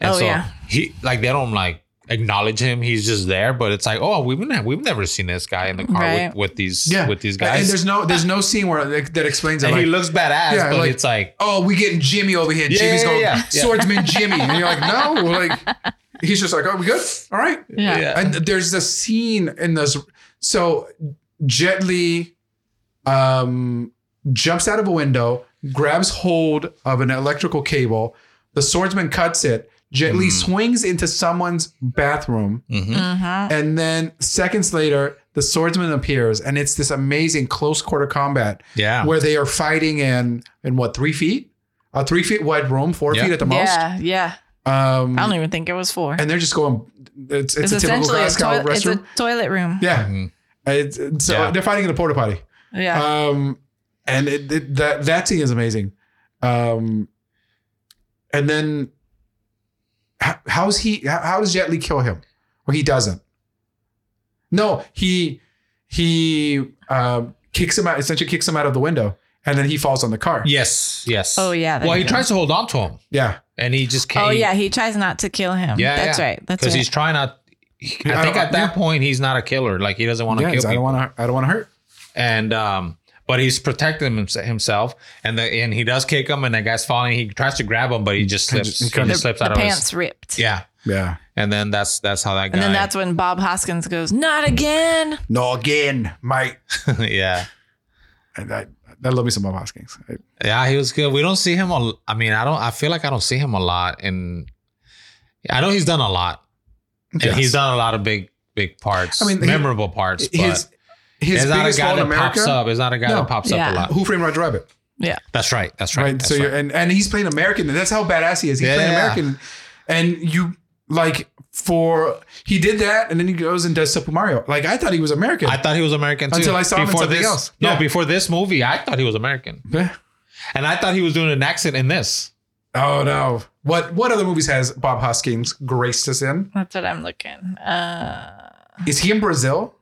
C: and
B: Oh,
C: so
B: yeah.
C: he like they don't like acknowledge him. He's just there, but it's like oh, we've ne- we've never seen this guy in the car
B: Right.
C: with, with these
A: yeah
C: with these
A: and
C: guys.
A: there's
C: And,
A: no there's no scene where that, that explains it like,
C: he looks badass,
A: Yeah,
C: but
A: like-
C: it's like
A: oh we getting Jimmy over here
C: Yeah,
A: Jimmy's
C: yeah,
A: going
C: yeah, yeah.
A: swordsman Jimmy and you're like no like he's just like oh we good all right
B: yeah.
C: yeah.
A: and there's a scene in this so Jet Li um jumps out of a window grabs hold of an electrical cable the swordsman cuts it Jet Li
C: Mm.
A: swings into someone's bathroom
C: Mhm.
B: Mhm.
A: and then seconds later the swordsman appears and it's this amazing close quarter combat
C: yeah,
A: where they are fighting in in what three feet a three feet wide room four
C: Yeah.
A: feet at the most
B: Yeah. Yeah.
A: um
B: I don't even think it was four.
A: and they're just going it's, it's,
B: It's,
A: a typical
B: essentially a,
A: Glasgow
B: toi- it's a
A: restroom
B: toilet room.
A: yeah
C: Mhm.
A: it's, it's- so
C: Yeah.
A: they're fighting in a porta potty.
B: Yeah.
A: Um, and it, it- that that scene is amazing. Um, and then how, how's he? How, how does Jet Li kill him? Or he doesn't? No, he he um, kicks him out. Essentially, kicks him out of the window, and then he falls on the car.
C: yes, yes.
B: Oh, yeah, there
C: Well, he
B: you go.
C: tries to hold on to him,
A: yeah.
C: and he just can't.
B: oh, yeah. He tries not to kill him.
C: Yeah,
B: That's
C: yeah.
B: right. That's
C: because
B: right.
C: he's trying not. he- I
A: I
C: think
A: don't-
C: at that point he's not a killer. Like he doesn't want to
A: Yeah,
C: kill
A: 'cause I
C: people.
A: don't want to. I don't want to hurt.
C: and um but he's protecting himse- himself and the and he does kick him and that guy's falling he tries to grab him but he just
A: And
C: slips
A: just- he
C: he
A: kinda-
C: just slips
B: the
C: out of
B: pants
C: his
B: ripped.
C: yeah
A: Yeah.
C: and then that's that's how that guy
B: And then that's when Bob Hoskins goes, "Not again."
A: No again, mate.
C: yeah
A: And I, I love me some Bob Hoskins. I-
C: Yeah, he was good. We don't see him. A, I mean, I don't. I feel like I don't see him a lot. And I know he's done a lot.
A: Yes.
C: And he's done a lot of big, big parts.
A: I
C: I
A: mean,
C: mean,
A: he-
C: memorable parts. But
A: his his
C: it's not a
A: biggest
C: guy
A: role
C: that
A: in America.
C: pops up. It's not a guy
A: No.
C: that pops
B: Yeah.
C: up a lot.
A: Who framed Roger Rabbit?
C: That's right. That's right.
A: Right.
C: That's
A: so you're,
C: right.
A: and and he's playing American. And that's how badass he is. He's
C: Yeah,
A: playing
C: yeah, yeah.
A: American, and you like for he did that, and then he goes and does Super Mario. Like I thought he was American.
C: I thought he was American too.
A: Until I saw him in
C: before
A: something
C: this,
A: else.
C: No,
A: Yeah.
C: before this movie, I thought he was American,
A: Yeah.
C: and I thought he was doing an accent in this.
A: oh no! What what other movies has Bob Hoskins graced us in?
B: That's what I'm looking. Uh,
A: Is he in Brazil?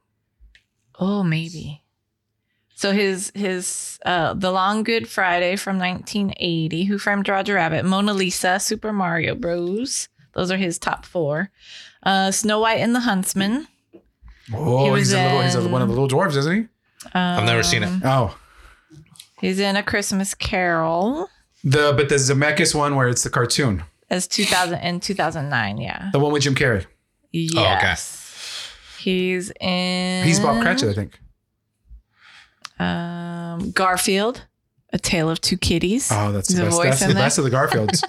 B: oh, maybe. So his his uh, the Long Good Friday from 1980, Who Framed Roger Rabbit, Mona Lisa, Super Mario Bros. Those are his top four. Uh, Snow White and the Huntsman. He
A: Oh,
B: was
A: he's a little, he's a,
B: in-
A: one of the little dwarves, isn't he?
C: I've never seen it.
B: Um,
A: Oh,
B: He's in A Christmas Carol
A: the but the Zemeckis one where it's the cartoon,
B: as 2000 in 2009. Yeah.
A: the one with Jim Carrey. Oh,
B: Yes. He's in.
A: He's Bob Cratchit, I think.
B: Um, Garfield, A Tale of Two Kitties.
A: Oh, that's
B: He's
A: the
B: a
A: best.
B: voice
A: That's
B: in
A: the
B: there.
A: best of the Garfields.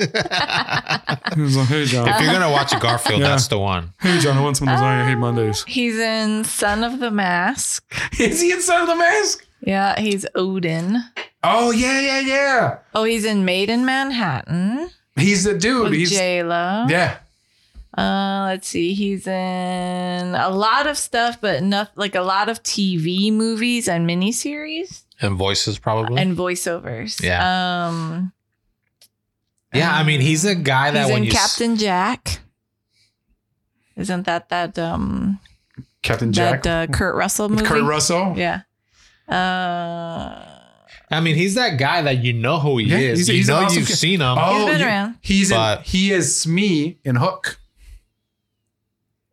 A: He's like, hey John,
B: Uh,
C: If you're gonna watch Garfield,
A: Yeah.
C: that's the one.
A: hey John, I want some lasagna. I hate Mondays.
B: He's in Son of the Mask.
A: Is he inside of the mask?
B: Yeah, he's Odin.
A: Oh yeah, yeah, yeah.
B: Oh, he's in Made in Manhattan
A: He's the dude.
B: with
A: He's
B: J Lo.
A: yeah.
B: Uh, let's see. He's in a lot of stuff, but not like a lot of TV movies and miniseries
C: And voices probably.
B: and voiceovers.
C: Yeah.
B: Um,
C: yeah, I mean, he's a guy that
B: he's in
C: when you s-
B: Captain Jack. Isn't that that um
A: Captain Jack.
B: that uh, Kurt Russell movie?
A: with Kurt Russell.
B: Yeah. Uh,
C: I mean, he's that guy that you know who he
A: Yeah,
C: is.
A: he's-
C: you
A: he's an
C: know
A: awesome
C: you've
A: kid.
C: seen him.
A: Oh,
B: He's been
A: you-
B: around.
A: He's in,
C: But-
A: he is Smee in Hook.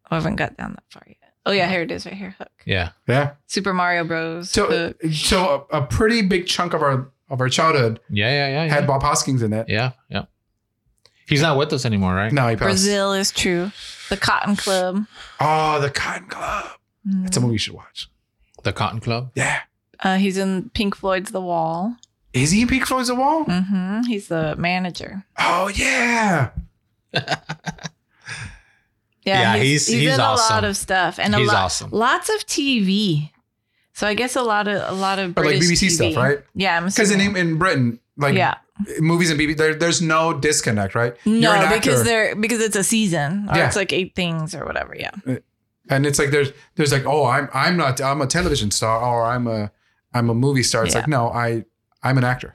B: oh, I haven't got down that far yet. Oh yeah, here it is, right here. Hook.
C: Yeah.
A: Yeah.
B: Super Mario Bros.
A: So uh,
B: Hook.
A: so a, a pretty big chunk of our of our childhood
C: Yeah, yeah, yeah. Yeah.
A: had Bob Hoskins in it.
C: yeah, yeah. He's not with us anymore, right?
A: No, he passed.
B: Brazil is true. The Cotton Club.
A: Oh, the Cotton Club. That's a
B: Mm.
A: movie you should watch.
C: The Cotton Club.
A: Yeah.
B: Uh, he's in Pink Floyd's The Wall.
A: Is he in Pink Floyd's The Wall?
B: hmm He's the manager.
A: Oh yeah.
B: Yeah,
C: Yeah, he's- he's
B: in a lot
C: awesome.
B: of stuff and
C: He's
B: a lot,
C: awesome.
B: lots of TV. So I guess a lot of a lot of
A: But, like,
B: British
A: BBC stuff,
B: TV.
A: right?
B: Yeah, I'm
A: Because in
B: assuming.
A: in Britain, like
B: yeah,
A: movies and BB, there, there's no disconnect, right? You're
B: no,
A: an
B: because
A: actor.
B: they're because it's a season or
A: Yeah.
B: it's like eight things or whatever. Yeah,
A: and it's like there's there's like oh I'm I'm not I'm a television star or I'm a I'm a movie star. It's
B: Yeah.
A: like no I I'm an actor,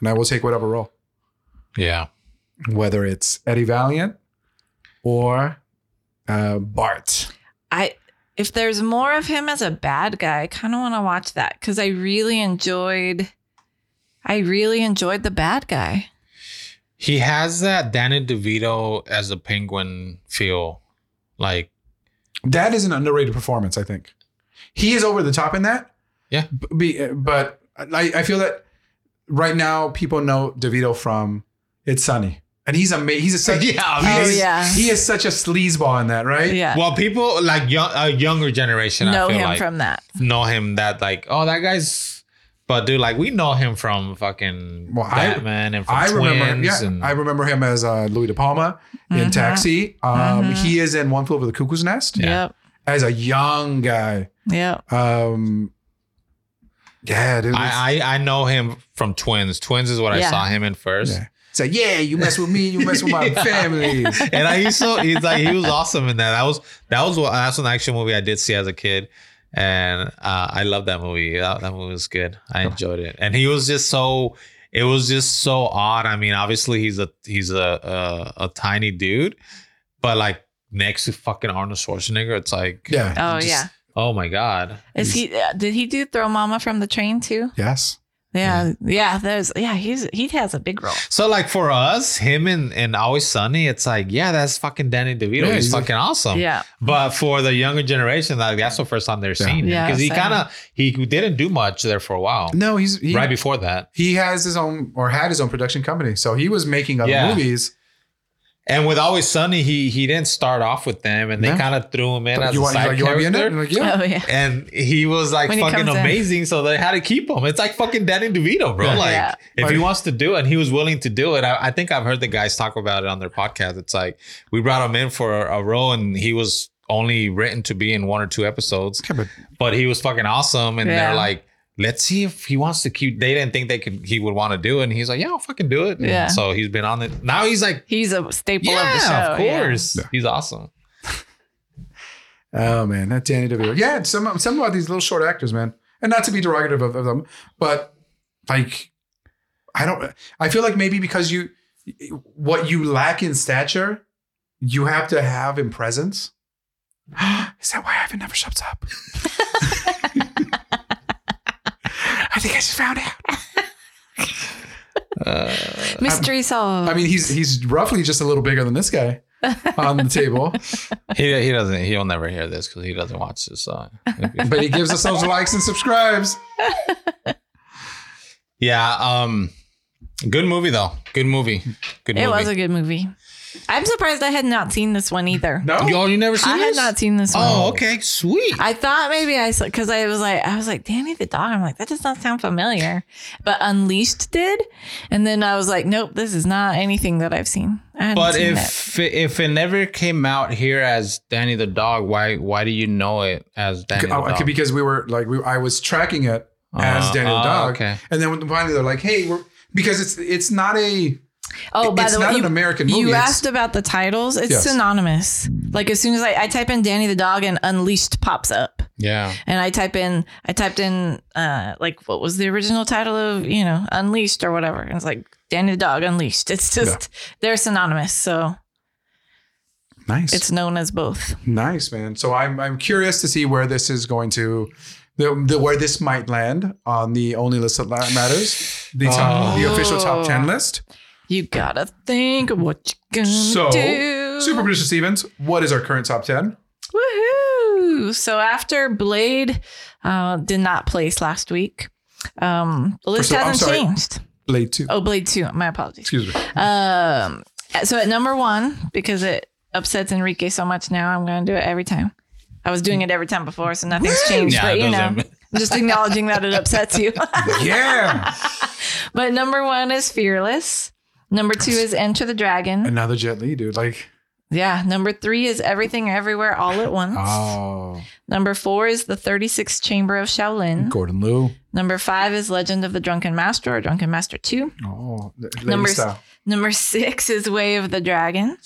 A: and I will take whatever role,
C: Yeah.
A: whether it's Eddie Valiant or uh, Bart.
B: I if there's more of him as a bad guy, I kind of want to watch that because I really enjoyed. I really enjoyed the bad guy.
C: He has that Danny DeVito as a penguin feel. Like,
A: That is an underrated performance. I think he is over the top in that.
C: Yeah.
A: B- be- but I, I feel that right now people know DeVito from It's Sunny, and he's amazing. He's a such
C: Yeah,
A: he is,
B: Oh, yeah.
A: he is such a sleazeball in that, right?
B: Yeah,
C: well, people like young, a younger generation,
B: know
C: I feel
B: him
C: like,
B: from that.
C: know him that, like, oh, that guy's. But dude, like, we know him from fucking
A: Well, I-
C: Batman and from
A: I remember him.
C: Twins
A: Yeah,
C: and
A: I remember him as uh, Louis De Palma in
B: Mhm.
A: Taxi. Um,
B: Mhm.
A: He is in One Flew Over the Cuckoo's Nest
C: Yeah.
B: Yep.
A: as a young guy.
B: Yep.
A: Um, yeah, dude.
C: I, I I know him from Twins. Twins is what
B: Yeah.
C: I saw him in first.
A: Yeah. it's like, yeah, you mess with me, you mess with my family.
C: and I used to he's like he was awesome in that. That was that was what that's an action movie I did see as a kid, and uh, I love that movie. Uh, That, that movie was good. I enjoyed it, and he was just so it was just so odd. I mean, obviously he's a he's a a, a tiny dude, but like next to fucking Arnold Schwarzenegger, it's like
A: Yeah.
B: Oh
C: just-
B: yeah.
C: oh my god,
B: Is he? uh, Did he do throw Mama from the train too?
A: Yes.
B: Yeah. Yeah. There's. Yeah. He's. He has a big role.
C: So like for us, him and and Always Sunny, it's like yeah, that's fucking Danny DeVito.
A: Yeah,
C: he's
A: he's a-
C: fucking awesome.
B: Yeah.
C: But for the younger generation, like that's the first time they're seeing him
B: Yeah,
C: because he
B: same.
C: kind of he didn't do much there for a while.
A: No, he's he,
C: right before that,
A: he has his own or had his own production company, so he was making other
C: Yeah.
A: movies.
C: And with Always Sunny, he he didn't start off with them, and they
A: No.
C: kind of threw him in as
A: you
C: a
A: want,
C: side
A: you, want, you want to be in it?
C: character.
A: And like, yeah.
B: Oh yeah.
C: and he was like
B: When he
C: fucking
B: comes in.
C: amazing, so they had to keep him. It's like fucking Danny DeVito, bro.
A: Yeah.
C: Like
B: Yeah.
C: if he
A: Like-
C: wants to do it, and he was willing to do it. I, I think I've heard the guys talk about it on their podcast. It's like we brought him in for a, a role, and he was only written to be in one or two episodes,
A: Okay, but
C: but he was fucking awesome. And
B: Yeah.
C: they're like, let's see if he wants to keep. They didn't think they could. He would want to do it, and he's like, yeah, I'll fucking do it. And
B: Yeah.
C: So he's been on it. Now he's like,
B: He's a staple
C: yeah,
B: of the show.
C: of
B: yeah.
C: course, he's awesome.
A: Oh man, that Danny DeVito. Yeah, some some about these little short actors, man, and not to be derogative of, of them, but like, I don't. I feel like maybe because you, what you lack in stature, you have to have in presence. Is that why I haven't never shuts up? I think I just found out.
B: Mystery solved.
A: I mean, he's he's roughly just a little bigger than this guy on the table,
C: He, he doesn't. He'll never hear this because he doesn't watch this. Uh,
A: but he gives us those likes and subscribes.
C: Yeah. Um. Good movie though. Good movie. Good movie.
B: it was a good movie. I'm surprised I had not seen this one either.
A: No,
C: You, oh, you never seen
B: I had
C: this?
B: not seen this one.
C: Oh, okay. Sweet.
B: I thought maybe I saw because I was like I was like Danny the dog. I'm like that does not sound familiar, but Unleashed did, and then I was like, nope, this is not anything that I've seen. I hadn't
C: but
B: seen it.
C: if it. if it never came out here as Danny the Dog, why why do you know it as Danny the
A: Oh,
C: Dog?
A: okay, because we were like we, I was tracking it as
C: Uh,
A: Danny the
C: oh,
A: Dog,
C: okay.
A: and then when finally they're like, "Hey, we're because it's it's not a
B: oh, by
A: it's
B: the way,
A: not an
B: you-
A: American movie.
B: You
A: It's-
B: asked about the titles. It's
A: Yes.
B: synonymous. Like as soon as I, I type in Danny the dog and Unleashed pops up,
C: yeah.
B: and I type in I typed in uh like what was the original title of you know Unleashed or whatever, and it's like Danny the dog Unleashed. It's just they're synonymous, so
A: nice,
B: it's known as both.
A: nice, man." So I'm I'm curious to see where this is going to. The, the, where this might land on the only list that la- matters, the, top,
C: Oh.
A: the official top 10 list.
B: You gotta think of what you're gonna
A: So,
B: do.
A: Superstition Stevens, what is our current top 10?
B: Woohoo! So after Blade uh, did not place last week, um, the list
A: So, I'm
B: hasn't
A: sorry.
B: changed.
A: Blade 2.
B: Oh, Blade Two. My apologies.
A: Excuse me.
B: Um, so at number one, because it upsets Enrique so much now, I'm gonna do it every time. I was doing it every time before, so nothing's changed.
C: Yeah,
B: but
C: it
B: you know,
C: doesn't-
B: I'm just acknowledging that it upsets you.
A: yeah.
B: but number one is Fearless. Number two is Enter the Dragon.
A: Another Jet Li, dude. Like,
B: Yeah. Number three is Everything Everywhere All at Once.
C: Ah.
A: oh,
B: Number four is the 36th Chamber of Shaolin.
A: Gordon Liu.
B: Number five is Legend of the Drunken Master or Drunken Master 2.
A: Oh, lady
B: Number,
A: style.
B: number six is Way of the Dragon.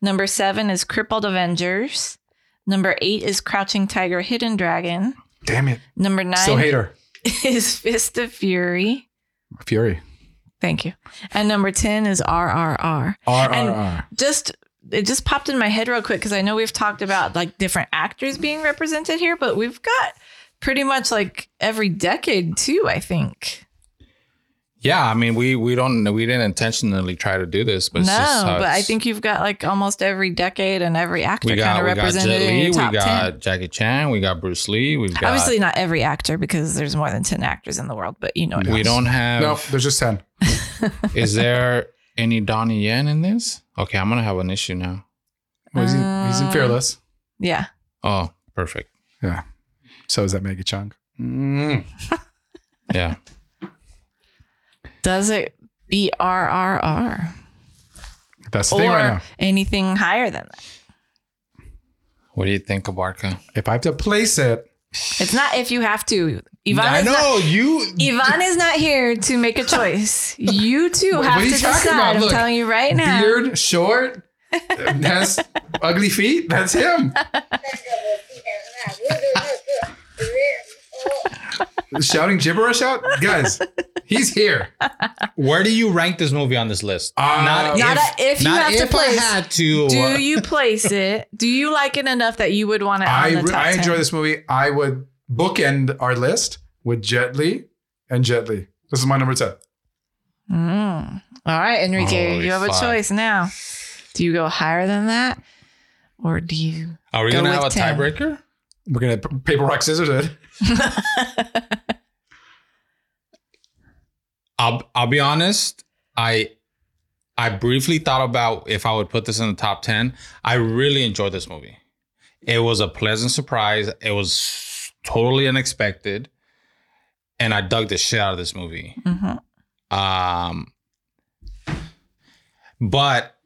B: Number seven is Crippled Avengers. Number eight is Crouching Tiger, Hidden Dragon.
A: Damn it.
B: Number
A: Still
B: nine
A: hate her.
B: is Fist of Fury.
A: Fury.
B: Thank you. And number 10 is RRR.
A: R
B: And-
A: R R.
B: just it just popped in my head real quick because I know we've talked about like different actors being represented here, but we've got pretty much like every decade too. I think
C: Yeah. I mean, we we don't we didn't intentionally try to do this, but it's just
B: no,
C: how
B: but I
C: it's-
B: think you've got like almost every decade and every actor
C: we
B: kind
C: got
B: of
C: we got
B: represented
C: Jet
B: in
C: Li,
B: your
C: we
B: top
C: got
B: ten.
C: Jackie Chan, we got Bruce Lee, we've got
B: Obviously, not every actor because there's more than ten actors in the world, but you know what I
C: we
B: mean.
C: don't have.
A: No, there's just 10.
C: Is there any Donnie Yen in this? Okay, I'm gonna have an issue now.
A: Well, he's, in,
B: Uh,
A: he's in Fearless.
B: Yeah,
C: Oh, perfect.
A: Yeah. So is that Maggie Chung.
C: Yeah.
B: does it be RRR
A: That's the
B: or
A: thing right now.
B: anything higher than that?
C: What do you think, Abarka?
A: If I have to place it,
B: It's not if you have to. Ivan
C: I
B: is
C: know
B: not-
C: you.
B: Yvonne is not here to make a choice. You two
A: What-
B: have
A: what are
B: to
A: you talking about?
B: decide. I'm
A: Look,
B: telling you right now.
A: beard, short, has ugly feet, that's him. Shouting gibberish out? Guys, he's here.
C: Where do you rank this movie on this list?
A: Uh,
B: Not a- if you have to
C: if I
B: place.
C: had to. uh,
B: Do you place it? Do you like it enough that you would want it? On
A: I, re-
B: the top
A: I
B: 10?
A: enjoy this movie. I would bookend our list with Jet Li and Jet Li. This is my number 10.
B: Mm. All right, Enrique,
C: Holy
B: you have
C: fuck.
B: a choice now. Do you go higher than that, or do you?
C: Are we
B: Go
C: gonna
B: with 10.
C: have a tiebreaker?
A: We're going to paper, rock, scissors it.
C: I'll I'll be honest. I I briefly thought about if I would put this in the top 10. I really enjoyed this movie. It was a pleasant surprise. It was totally unexpected. And I dug the shit out of this movie.
B: Mhm.
C: Um, but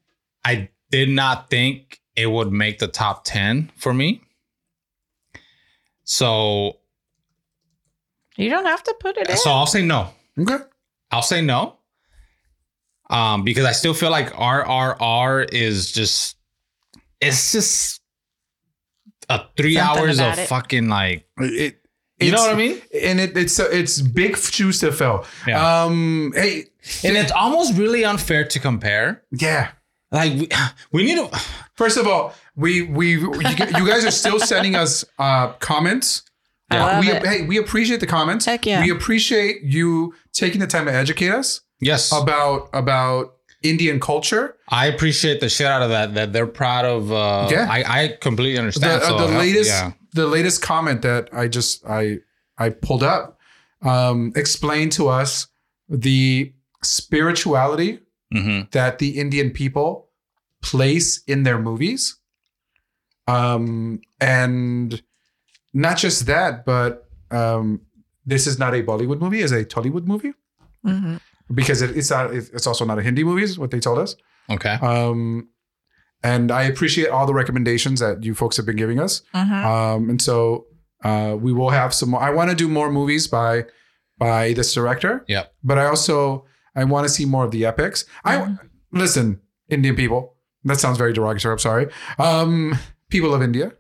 C: I did not think it would make the top 10 for me. So,
B: You don't have to put it in.
C: so I'll say no.
A: Okay.
C: I'll say no. Um, because I still feel like RRR is just it's just a three
B: Something
C: hours of
B: about it.
C: fucking like
A: It,
C: you know
A: it's-
C: what I mean?
A: And it, it's it's big shoes to fill.
C: Yeah.
A: Um. Hey.
C: And it's almost really unfair to compare.
A: Yeah.
C: Like we, we need to
A: First of all, we we you, you guys are still sending us uh, comments.
B: I love
A: we
B: it.
A: hey, we appreciate the comments.
B: Heck yeah.
A: We appreciate you taking the time to educate us
C: Yes.
A: Uh, about about Indian culture.
C: I appreciate the shit out of that that they're proud of uh
A: Yeah.
C: I, I completely understand.
A: the,
C: so,
A: uh, the
C: uh,
A: latest
C: yeah.
A: the latest comment that I just I I pulled up um, explained to us the spirituality
C: Mhm.
A: that the Indian people place in their movies, um, and not just that, but um, this is not a Bollywood movie; it's a Tollywood movie
B: Mhm.
A: because it, it's not, it's also not a Hindi movie. Is what they told us.
C: Okay.
A: Um, and I appreciate all the recommendations that you folks have been giving us.
B: Mhm.
A: Um, and so uh, we will have some more. I want to do more movies by by this director.
C: Yep.
A: But I also I want to see more of the epics. I listen, Indian people. That sounds very derogatory. I'm sorry. Um, people of India.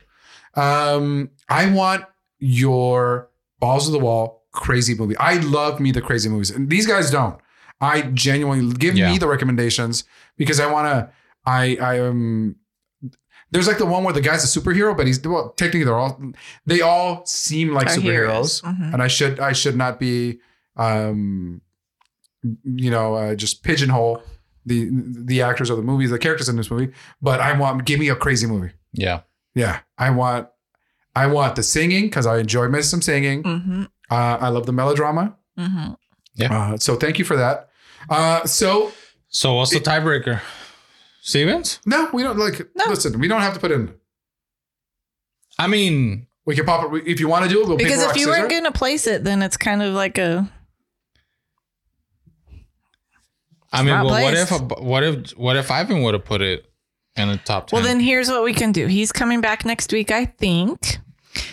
A: Um, I want your balls of the wall crazy movie. I love me the crazy movies, and these guys don't. I genuinely give
C: Yeah.
A: me the recommendations because I want to. I I am. there's like the one where the guy's a superhero, but he's well. Technically, they're all they all seem like
B: Our
A: superheroes,
B: heroes. Mhm.
A: and I should I should not be, um, you know, uh, just pigeonhole the the actors or the movies, the characters in this movie. But I want give me a crazy movie.
C: Yeah.
A: Yeah, I want I want the singing because I enjoy miss some singing.
B: Mhm.
A: Uh, I love the melodrama.
B: Mhm.
A: Uh, so thank you for that. Uh, so
C: So what's the tiebreaker? Stevens?
A: no, we don't like.
B: No.
A: Listen, we don't have to put in.
C: I mean,
A: We can pop it if you want to do it. We'll
B: Because
A: paper,
B: if
A: rock,
B: you
A: scissors.
B: weren't gonna place it, then it's kind of like a
C: I mean,
B: not
C: well, what
B: placed.
C: if what if what if Ivan would have put it in the top ten?
B: Well, then here's what we can do. He's coming back next week, I think.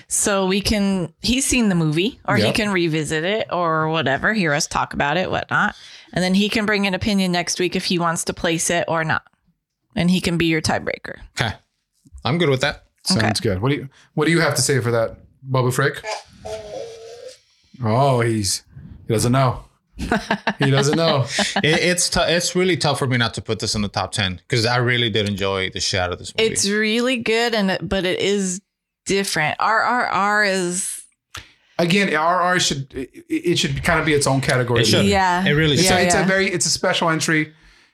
B: So we can, he's seen the movie or he
A: Yep.
B: can revisit it or whatever, hear us talk about it, whatnot. And then he can bring an opinion next week if he wants to place it or not. And he can be your tiebreaker.
C: okay, I'm good with that.
A: Sounds good. What do you What do you have to say for that, Bubba Frick? Oh, he's he doesn't know. he doesn't know.
C: it, it's tou- it's really tough for me not to put this in the top ten because I really did enjoy the shit out of this movie.
B: It's really good, and it, but it is different. RRR is,
A: Again, RR should it, it should kind of be its own category.
C: It should.
B: yeah.
C: It really
A: It's,
C: should.
A: a, it's a
B: yeah.
A: very it's a special entry.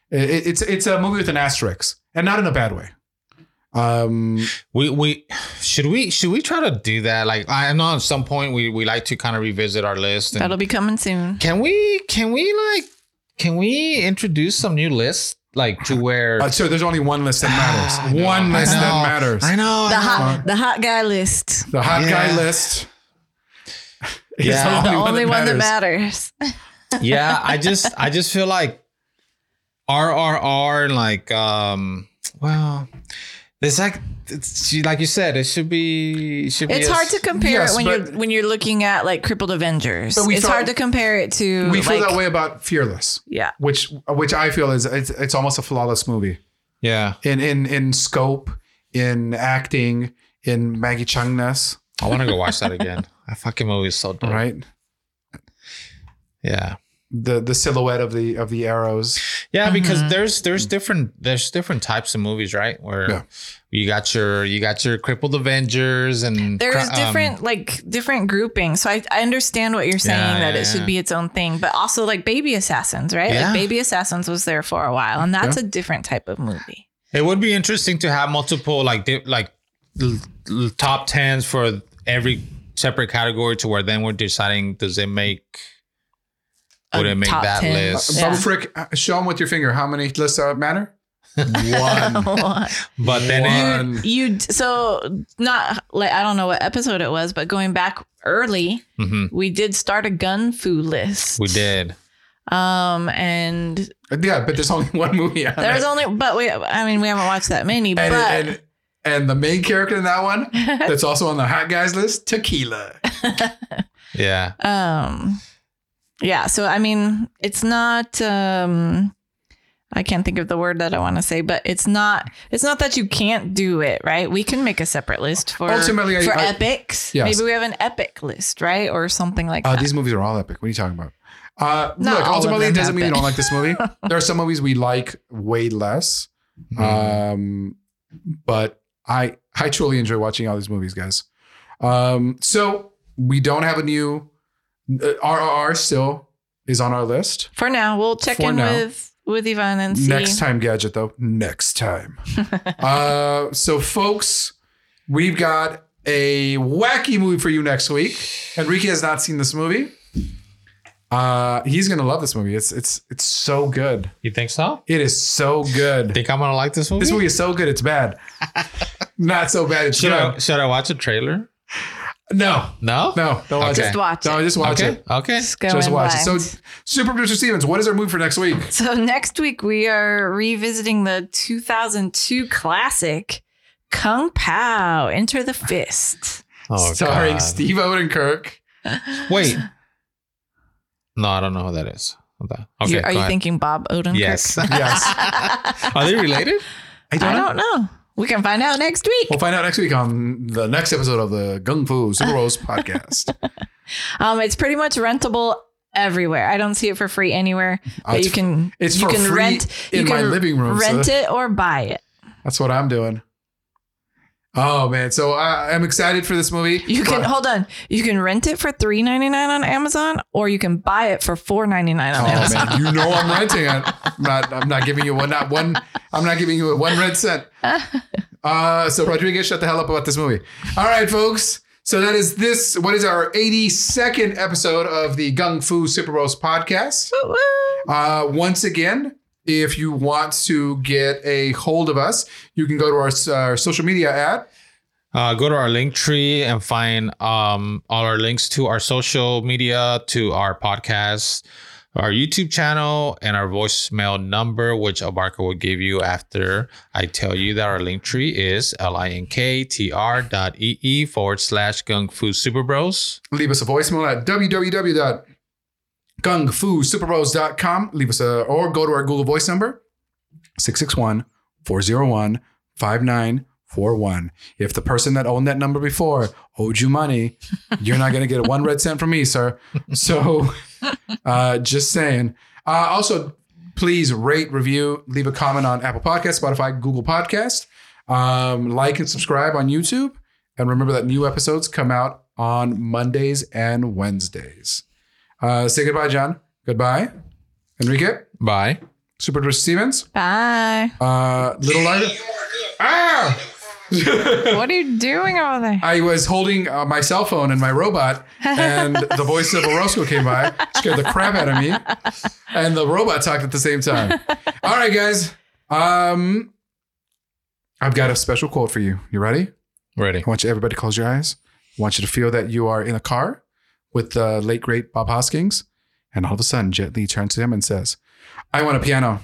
A: It- it's it's a movie with an asterisk, and not in a bad way. Um,
C: We we should we should we try to do that? Like I know at some point we we like to kind of revisit our list. And
B: that'll be coming soon.
C: can we can we like can we introduce some new lists like to where
A: uh, so there's only one list that
C: I
A: matters.
C: know,
A: one
C: Ah, I
A: list that
C: know,
A: matters.
C: I know
B: The
C: I know.
B: hot, the hot guy list.
A: The hot guy
C: Yeah.
A: list. is
C: Yeah. The
B: The only one that matters.
C: yeah, I just I just feel like RRR and like um well it's like it's she- like you said it should be it should be
B: It's
C: a-
B: hard to compare
A: Yes,
B: it when
A: but-
B: you're when you're looking at like crippled Avengers.
A: But we
B: It's
A: felt-
B: hard to compare it to
A: We feel
B: like,
A: that way about Fearless.
B: Yeah.
A: which which I feel is it's, it's almost a flawless movie
C: yeah
A: in in in scope, in acting, in Maggie Changness,
C: I want to go watch that again that fucking movie is so dope
B: Mm-hmm.
A: right?
C: yeah
A: The the silhouette of the of the arrows.
C: yeah
B: Mm-hmm.
C: because there's there's different there's different types of movies right where
A: Yeah.
C: you got your you got your crippled Avengers and
B: There's
C: um,
B: different like different groupings. So I, I understand what you're saying
C: Yeah,
B: that
C: yeah,
B: it
C: yeah.
B: should be its own thing, but also like Baby Assassins, right?
C: Yeah.
B: Like Baby Assassins was there for a while, and that's a different type of movie.
C: It would be interesting to have multiple like di- like l- l- top tens for every separate category to where then we're deciding does it make
B: a
C: Wouldn't make
B: top
C: that
B: 10.
C: list.
B: Yeah.
A: Bubble Frick, uh, show them with your finger how many lists uh, matter.
C: Oh,
A: One.
C: But then it,
A: One.
B: you d- so not like I don't know what episode it was, but going back early,
C: Mhm.
B: we did start a gun foo list.
C: we did.
B: Um, and
A: Yeah, but there's only one movie. On
B: there's
A: it.
B: only, but we, I mean, we haven't watched that many,
A: and,
B: but
A: and and the main character in that one that's also on the hot guys list, Tequila.
C: Yeah.
B: um yeah so i mean it's not um i can't think of the word that i want to say but it's not it's not that you can't do it right we can make a separate list for
A: Ultimately, I-
B: for
A: I-
B: epics
A: Yes.
B: maybe we have an epic list right or something like
A: Uh,
B: that
A: these movies are all epic. What are you talking about? Uh, look,
B: Not all of
A: ultimately, it
B: them
A: doesn't mean you
B: epic.
A: don't like this movie. there are some movies we like way less,
B: Hmm.
A: um, but I I truly enjoy watching all these movies, guys. Um, so we don't have a new uh, RRR still is on our list.
B: for now we'll check
A: For
B: in
A: now.
B: with with yvonne and see
A: Next time, gadget though. Next time. uh, so, folks, we've got a wacky movie for you next week. Enrique has not seen this movie. Uh, he's gonna love this movie. It's it's it's so good.
C: You think so?
A: It is so good.
C: Think I'm gonna like this movie?
A: This movie is so good. It's bad. not so bad. It's
C: should I
A: good.
C: should I watch a trailer?
A: No,
C: No.
A: no, don't watch
C: Okay.
A: it.
B: Just watch
A: No,
B: it.
A: just watch
C: Okay.
A: it.
C: Okay.
B: Just go
A: Just
B: in
A: watch it. So,
B: blind.
A: Super Producer Stevens, what is our move for next week?
B: So next week we are revisiting the 2002 classic Kung Pao Enter the Fist.
C: Oh,
A: Starring
C: God.
A: Steve Odenkirk.
C: Wait. No, I don't know who that is. Hold on. Okay.
B: You-
C: go
B: are you
C: ahead.
B: thinking Bob Odenkirk?
C: Yes.
A: Yes. Uh-huh.
C: are they related?
B: I don't know. We can find out next week.
A: We'll find out next week on the next episode of the Gung Fu Super Rose podcast.
B: Um, it's pretty much rentable everywhere. I don't see it for free anywhere,
A: Oh,
B: but
A: it's
B: you can
A: it's
B: you
A: for
B: can
A: free
B: rent
A: in
B: you
A: my
B: can
A: living room,
B: rent
A: so-
B: it or buy it.
A: That's what I'm doing. Oh man, so I, I'm excited for this movie.
B: You can
A: But-
B: hold on. You can rent it for three ninety nine on Amazon, or you can buy it for four ninety nine on
A: Oh
B: Amazon.
A: man, you know I'm renting it. I'm not. I'm not giving you one. Not one. I'm not giving you one red cent. Uh, so Rodriguez, shut the hell up about this movie. All right, folks. So that is this. What is our 82nd episode of the Gung Fu Super Rose podcast? Uh, once again, if you want to get a hold of us, you can go to our, s- our social media at
C: Uh, go to our link tree and find um, all our links to our social media, to our podcast, our YouTube channel, and our voicemail number, which Abarka will give you after I tell you that our link tree is linktr dot ee forward slash gung fu super bros.
A: leave us a voicemail at www.gungfusuperbros.com. Leave us a or go to our Google voice number 661 401 5941. If the person that owned that number before owed you money, you're not going to get one red cent from me, sir. So uh, just saying. Uh, also, please rate, review, leave a comment on Apple Podcast, Spotify, Google Podcast. Um, like and subscribe on YouTube. And remember that new episodes come out on Mondays and Wednesdays. Uh, say goodbye, John. Goodbye. Enrique,
C: Bye.
A: Super Duper Stevens,
B: Bye.
A: uh, Little Light. Ah!
B: what are you doing over there?
A: I was holding uh, my cell phone and my robot, and the voice of Orozco came by, scared the crap out of me, and the robot talked at the same time. All right, guys. Um, I've got a special quote for you. You ready?
C: Ready.
A: I want you everybody to close your eyes. I want you to feel that you are in a car with uh, the late great Bob Hoskins, and all of a sudden, Jet Li turns to him and says, "I want a piano."